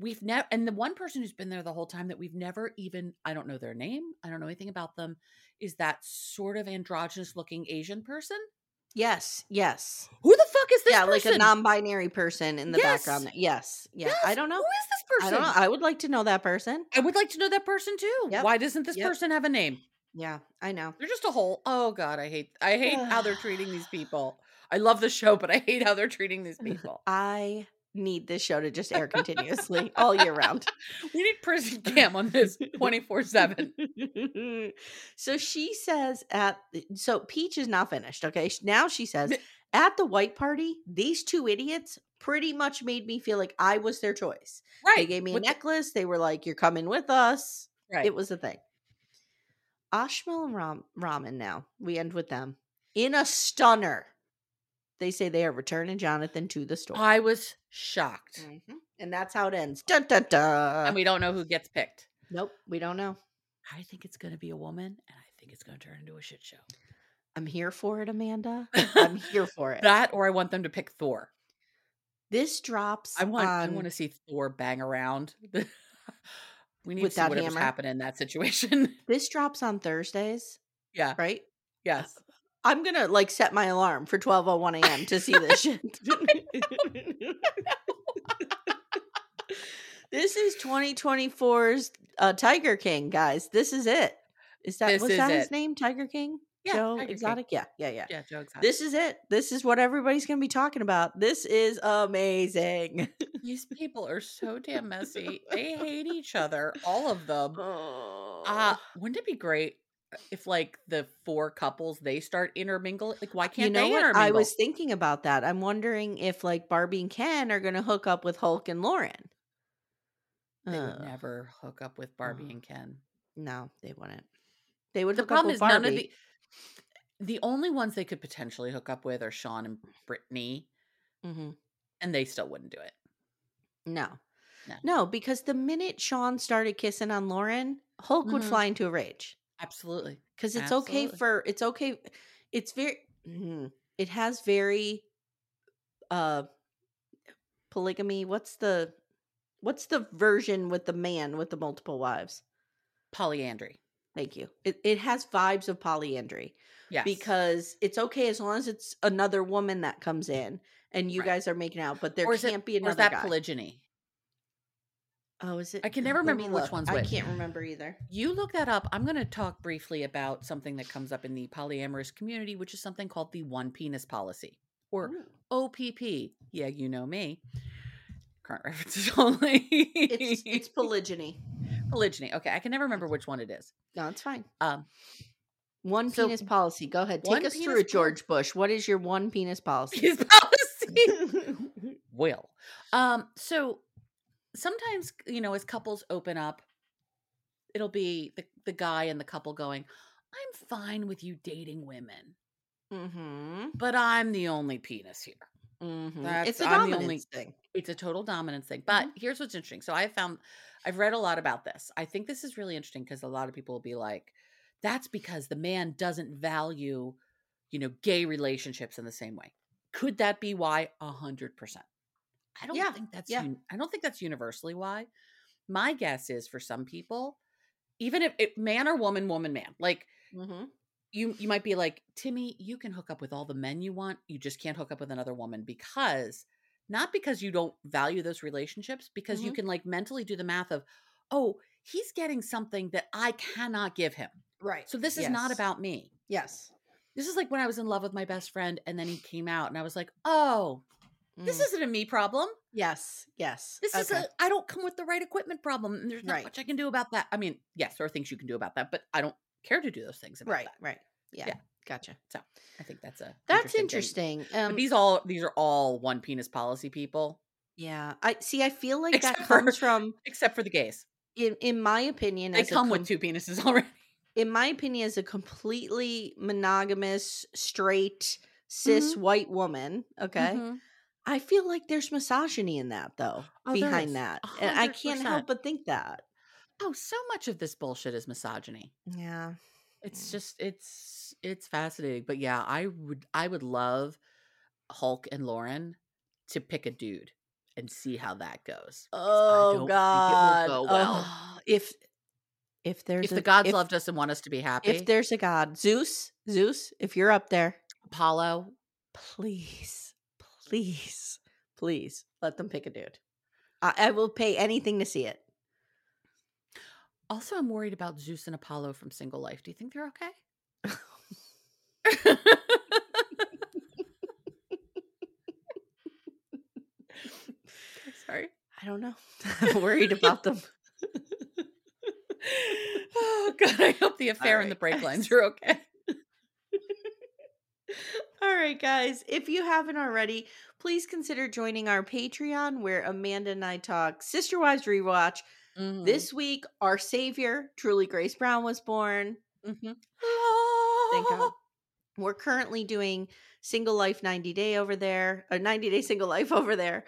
Speaker 3: We've never, and the one person who's been there the whole time that we've never even, I don't know their name, I don't know anything about them, is that sort of androgynous looking Asian person.
Speaker 2: Yes, yes.
Speaker 3: Who the fuck is this
Speaker 2: yeah,
Speaker 3: person?
Speaker 2: like a non-binary person in the
Speaker 3: Yes.
Speaker 2: background. Yes, yeah.
Speaker 3: Yes,
Speaker 2: I don't know.
Speaker 3: Who is this
Speaker 2: I
Speaker 3: person?
Speaker 2: don't know. I would like to know that person.
Speaker 3: I would like to know that person too.
Speaker 2: Yep.
Speaker 3: Why doesn't this
Speaker 2: Yep.
Speaker 3: person have a name?
Speaker 2: Yeah, I know.
Speaker 3: They're just a whole. Oh God, I hate. I hate how they're treating these people. I love the show, but I hate how they're treating these people.
Speaker 2: I need this show to just air continuously all year round.
Speaker 3: We need prison cam on this twenty four seven.
Speaker 2: so she says at so Peach is not finished. Okay, Sh- now she says at the white party, these two idiots pretty much made me feel like I was their choice.
Speaker 3: Right.
Speaker 2: They gave me a
Speaker 3: with the-
Speaker 2: necklace. They were like, "You're coming with us."
Speaker 3: right.
Speaker 2: It was a thing. Ashmal and Ram- Ramen now. We end with them. In a stunner. They say they are returning Jonathan to the store.
Speaker 3: I was shocked,
Speaker 2: Mhm. And that's how it ends. Dun, dun, dun.
Speaker 3: and we don't know who gets picked.
Speaker 2: nope, we don't know.
Speaker 3: I think it's going to be a woman, and I think it's going to turn into a shit show.
Speaker 2: I'm here for it, Amanda. I'm here for it.
Speaker 3: That, or I want them to pick Thor.
Speaker 2: this drops
Speaker 3: I want. I
Speaker 2: on-
Speaker 3: want to see Thor bang around. we need
Speaker 2: With
Speaker 3: to see
Speaker 2: that
Speaker 3: whatever's
Speaker 2: hammer?
Speaker 3: happening in that situation.
Speaker 2: this drops on Thursdays,
Speaker 3: yeah.
Speaker 2: right?
Speaker 3: Yes.
Speaker 2: I'm gonna like set my alarm for 12:01 a.m. to see this shit. this is 2024's uh, Tiger King, guys. This is it. Is that
Speaker 3: This
Speaker 2: was
Speaker 3: is
Speaker 2: that his
Speaker 3: it.
Speaker 2: name? Tiger King.
Speaker 3: Yeah,
Speaker 2: Joe
Speaker 3: Tiger King.
Speaker 2: Exotic. Yeah, yeah, yeah.
Speaker 3: Yeah. Joe Exotic.
Speaker 2: This is it. This is what everybody's gonna be talking about. This is amazing.
Speaker 3: These people are so damn messy. They hate each other, all of them.
Speaker 2: Oh.
Speaker 3: Uh, wouldn't it be great uh, if, like, the four couples they start intermingle? Like, why can't
Speaker 2: you know
Speaker 3: they
Speaker 2: what?
Speaker 3: intermingle?
Speaker 2: I was thinking about that. I'm wondering if like Barbie and Ken are going to hook up with Hulk and Lauren.
Speaker 3: They
Speaker 2: Uh,
Speaker 3: would never hook up with Barbie and Ken.
Speaker 2: No, they wouldn't. They would
Speaker 3: The
Speaker 2: hook up
Speaker 3: problem
Speaker 2: with
Speaker 3: is
Speaker 2: Barbie.
Speaker 3: none of the. The only ones they could potentially hook up with are Sean and Brittany,
Speaker 2: Mhm.
Speaker 3: and they still wouldn't do it.
Speaker 2: No.
Speaker 3: No.
Speaker 2: No, because the minute Sean started kissing on Lauren, Hulk would
Speaker 3: Mhm.
Speaker 2: fly into a rage.
Speaker 3: Absolutely.
Speaker 2: Because it's okay
Speaker 3: Absolutely.
Speaker 2: for it's okay. It's very Mhm. it has very uh polygamy. What's the what's the version with the man with the multiple wives?
Speaker 3: Polyandry.
Speaker 2: Thank you. It, it has vibes of polyandry
Speaker 3: Yes.
Speaker 2: because it's okay as long as it's another woman that comes in and you
Speaker 3: Right.
Speaker 2: guys are making out, but there
Speaker 3: Or is it-
Speaker 2: can't be
Speaker 3: or
Speaker 2: another
Speaker 3: is that
Speaker 2: guy.
Speaker 3: polygyny?
Speaker 2: oh, is it?
Speaker 3: I can never
Speaker 2: Let
Speaker 3: remember
Speaker 2: me
Speaker 3: which
Speaker 2: look.
Speaker 3: one's
Speaker 2: I
Speaker 3: which.
Speaker 2: can't remember either.
Speaker 3: You look that up. I'm going to talk briefly about something that comes up in the polyamorous community, which is something called the one penis policy or OPP. Yeah, you know me. Current references only.
Speaker 2: It's it's polygyny.
Speaker 3: polygyny. Okay, I can never remember which one it is.
Speaker 2: No, it's fine.
Speaker 3: Um,
Speaker 2: One
Speaker 3: So,
Speaker 2: penis policy. Go ahead. Take
Speaker 3: one
Speaker 2: us through
Speaker 3: penis
Speaker 2: it, George Bush. What is your one penis policy?
Speaker 3: his policy. will. Um, so sometimes, you know, as couples open up, it'll be the, the guy and the couple going, I'm fine with you dating women,
Speaker 2: mm-hmm.
Speaker 3: but I'm the only penis here.
Speaker 2: Mm-hmm.
Speaker 3: That's-
Speaker 2: It's a
Speaker 3: I'm the
Speaker 2: dominance
Speaker 3: only-
Speaker 2: thing.
Speaker 3: It's a total dominance thing. But
Speaker 2: Mm-hmm.
Speaker 3: here's what's interesting. So I found I've read a lot about this. I think this is really interesting because a lot of people will be like, that's because the man doesn't value, you know, gay relationships in the same way. Could that be why? A hundred percent. I don't
Speaker 2: Yeah,
Speaker 3: think that's
Speaker 2: yeah.
Speaker 3: un- I don't think that's universally why. My guess is for some people, even if it, man or woman, woman, man, like
Speaker 2: Mm-hmm.
Speaker 3: you you might be like timmy you can hook up with all the men you want you just can't hook up with another woman because not because you don't value those relationships because you
Speaker 2: Mhm.
Speaker 3: can like mentally do the math of oh he's getting something that i cannot give him
Speaker 2: Right.
Speaker 3: so this is not
Speaker 2: Yes.
Speaker 3: about me
Speaker 2: yes.
Speaker 3: this is like when i was in love with my best friend and then he came out and i was like oh this
Speaker 2: Mm.
Speaker 3: isn't a me problem
Speaker 2: yes. Yes.
Speaker 3: this is
Speaker 2: Okay.
Speaker 3: a I don't come with the right equipment problem, and there's not
Speaker 2: Right.
Speaker 3: much I can do about that. I mean, yes, there are things you can do about that, but I don't care to do those things about
Speaker 2: right.
Speaker 3: that.
Speaker 2: Right. Yeah.
Speaker 3: Yeah.
Speaker 2: Gotcha.
Speaker 3: I think that's a
Speaker 2: That's
Speaker 3: thing.
Speaker 2: interesting.
Speaker 3: But
Speaker 2: Um,
Speaker 3: these all these are all one penis policy people,
Speaker 2: Yeah, I see. I feel like that
Speaker 3: Except for-
Speaker 2: comes from,
Speaker 3: except for the gays.
Speaker 2: in in my opinion,
Speaker 3: They
Speaker 2: as a
Speaker 3: come
Speaker 2: com-
Speaker 3: with two penises already.
Speaker 2: In my opinion, as a completely monogamous, straight, cis
Speaker 3: Mm-hmm.
Speaker 2: white woman, okay, I feel like there's misogyny in that though
Speaker 3: Oh, there is.
Speaker 2: behind
Speaker 3: A
Speaker 2: that, and I
Speaker 3: hundred
Speaker 2: can't
Speaker 3: percent.
Speaker 2: help but think that.
Speaker 3: Oh, so much of this bullshit is misogyny.
Speaker 2: Yeah,
Speaker 3: It's
Speaker 2: Mm.
Speaker 3: just it's it's fascinating. But yeah, I would I would love Hulk and Lauren to pick a dude and see how that goes. 'cause I don't
Speaker 2: Oh
Speaker 3: think it will
Speaker 2: God!
Speaker 3: go well.
Speaker 2: Oh, if if there's
Speaker 3: if
Speaker 2: a,
Speaker 3: the gods
Speaker 2: if,
Speaker 3: loved us and want us to be happy,
Speaker 2: if there's a god, Zeus, Zeus, if you're up there,
Speaker 3: Apollo,
Speaker 2: please, please, please let them pick a dude. I, I will pay anything to see it.
Speaker 3: Also, I'm worried about Zeus and Apollo from Single Life. Do you think they're okay? Sorry.
Speaker 2: I don't know. I'm worried about them.
Speaker 3: Oh God! I hope the affair and the
Speaker 2: Alright,
Speaker 3: break lines
Speaker 2: guys.
Speaker 3: are okay.
Speaker 2: All right, guys. If you haven't already, please consider joining our Patreon where Amanda and I talk Sister Wives Rewatch.
Speaker 3: Mm-hmm.
Speaker 2: This week, our savior, truly Grace Brown, was born.
Speaker 3: Mhm. Mm-hmm.
Speaker 2: Thank God. We're currently doing Single Life 90 Day over there, a 90 Day Single Life over there.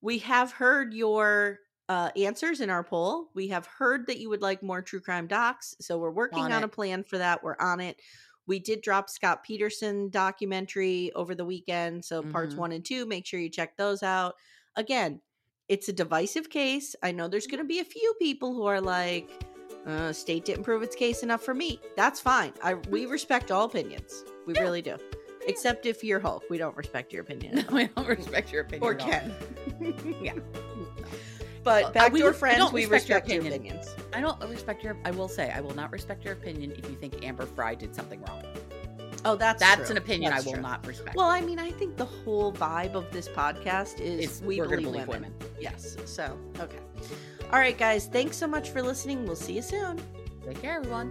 Speaker 2: We have heard your uh, answers in our poll. We have heard that you would like more true crime docs. So we're working
Speaker 3: On
Speaker 2: on a
Speaker 3: it.
Speaker 2: plan for that. We're on it. We did drop Scott Peterson documentary over the weekend. So parts
Speaker 3: Mhm.
Speaker 2: one and two, make sure you check those out. Again, it's a divisive case. I know
Speaker 3: Mm-hmm.
Speaker 2: there's going to be a few people who are like, uh, state didn't prove its case enough for me. That's fine. I
Speaker 3: Mm-hmm.
Speaker 2: we respect all opinions. We really do. Except if you're Hulk, we don't respect your opinion.
Speaker 3: No,
Speaker 2: at all.
Speaker 3: I don't respect your opinion.
Speaker 2: or
Speaker 3: at all.
Speaker 2: Ken.
Speaker 3: Yeah.
Speaker 2: But
Speaker 3: Well, I-
Speaker 2: back
Speaker 3: Uh, we
Speaker 2: to our
Speaker 3: re- I
Speaker 2: friends,
Speaker 3: don't
Speaker 2: we
Speaker 3: respect
Speaker 2: respect,
Speaker 3: your
Speaker 2: your,
Speaker 3: opinion.
Speaker 2: opinions.
Speaker 3: I don't respect your. I will say I will not respect your opinion if you think Amber Fry did something wrong.
Speaker 2: Oh, that's
Speaker 3: That's
Speaker 2: true.
Speaker 3: an opinion
Speaker 2: That's
Speaker 3: I will
Speaker 2: true.
Speaker 3: not respect.
Speaker 2: Well, I mean, I think the whole vibe of this podcast is
Speaker 3: It's-
Speaker 2: we
Speaker 3: we're gonna
Speaker 2: believe,
Speaker 3: believe
Speaker 2: women.
Speaker 3: women.
Speaker 2: Yes. So okay. All right, guys. Thanks so much for listening. We'll see you soon.
Speaker 3: take care, everyone.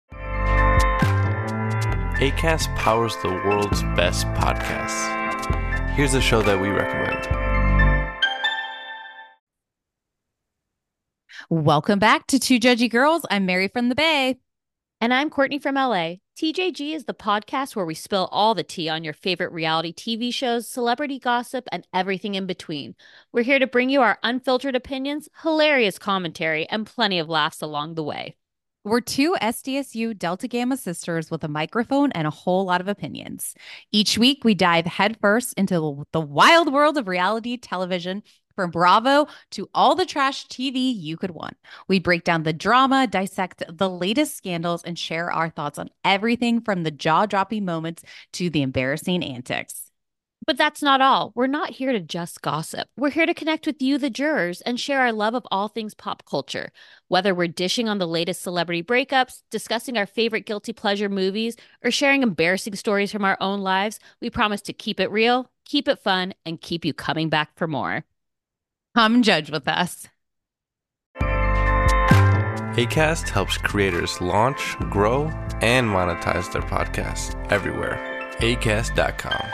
Speaker 6: ACAST powers the world's best podcasts. Here's a show that we recommend.
Speaker 7: Welcome back to Two Judgy Girls. I'm Mary from the Bay.
Speaker 8: And I'm Courtney from LA. TJG is the podcast where we spill all the tea on your favorite reality TV shows, celebrity gossip, and everything in between. We're here to bring you our unfiltered opinions, hilarious commentary, and plenty of laughs along the way.
Speaker 7: We're two SDSU Delta Gamma sisters with a microphone and a whole lot of opinions. Each week, we dive headfirst into the wild world of reality television. From Bravo to all the trash TV you could want. We break down the drama, dissect the latest scandals, and share our thoughts on everything from the jaw dropping moments to the embarrassing antics.
Speaker 8: But that's not all. We're not here to just gossip. We're here to connect with you, the jurors, and share our love of all things pop culture. Whether we're dishing on the latest celebrity breakups, discussing our favorite guilty pleasure movies, or sharing embarrassing stories from our own lives, we promise to keep it real, keep it fun, and keep you coming back for more.
Speaker 7: Come judge with us.
Speaker 6: ACAST helps creators launch, grow, and monetize their podcasts everywhere. ACAST.com.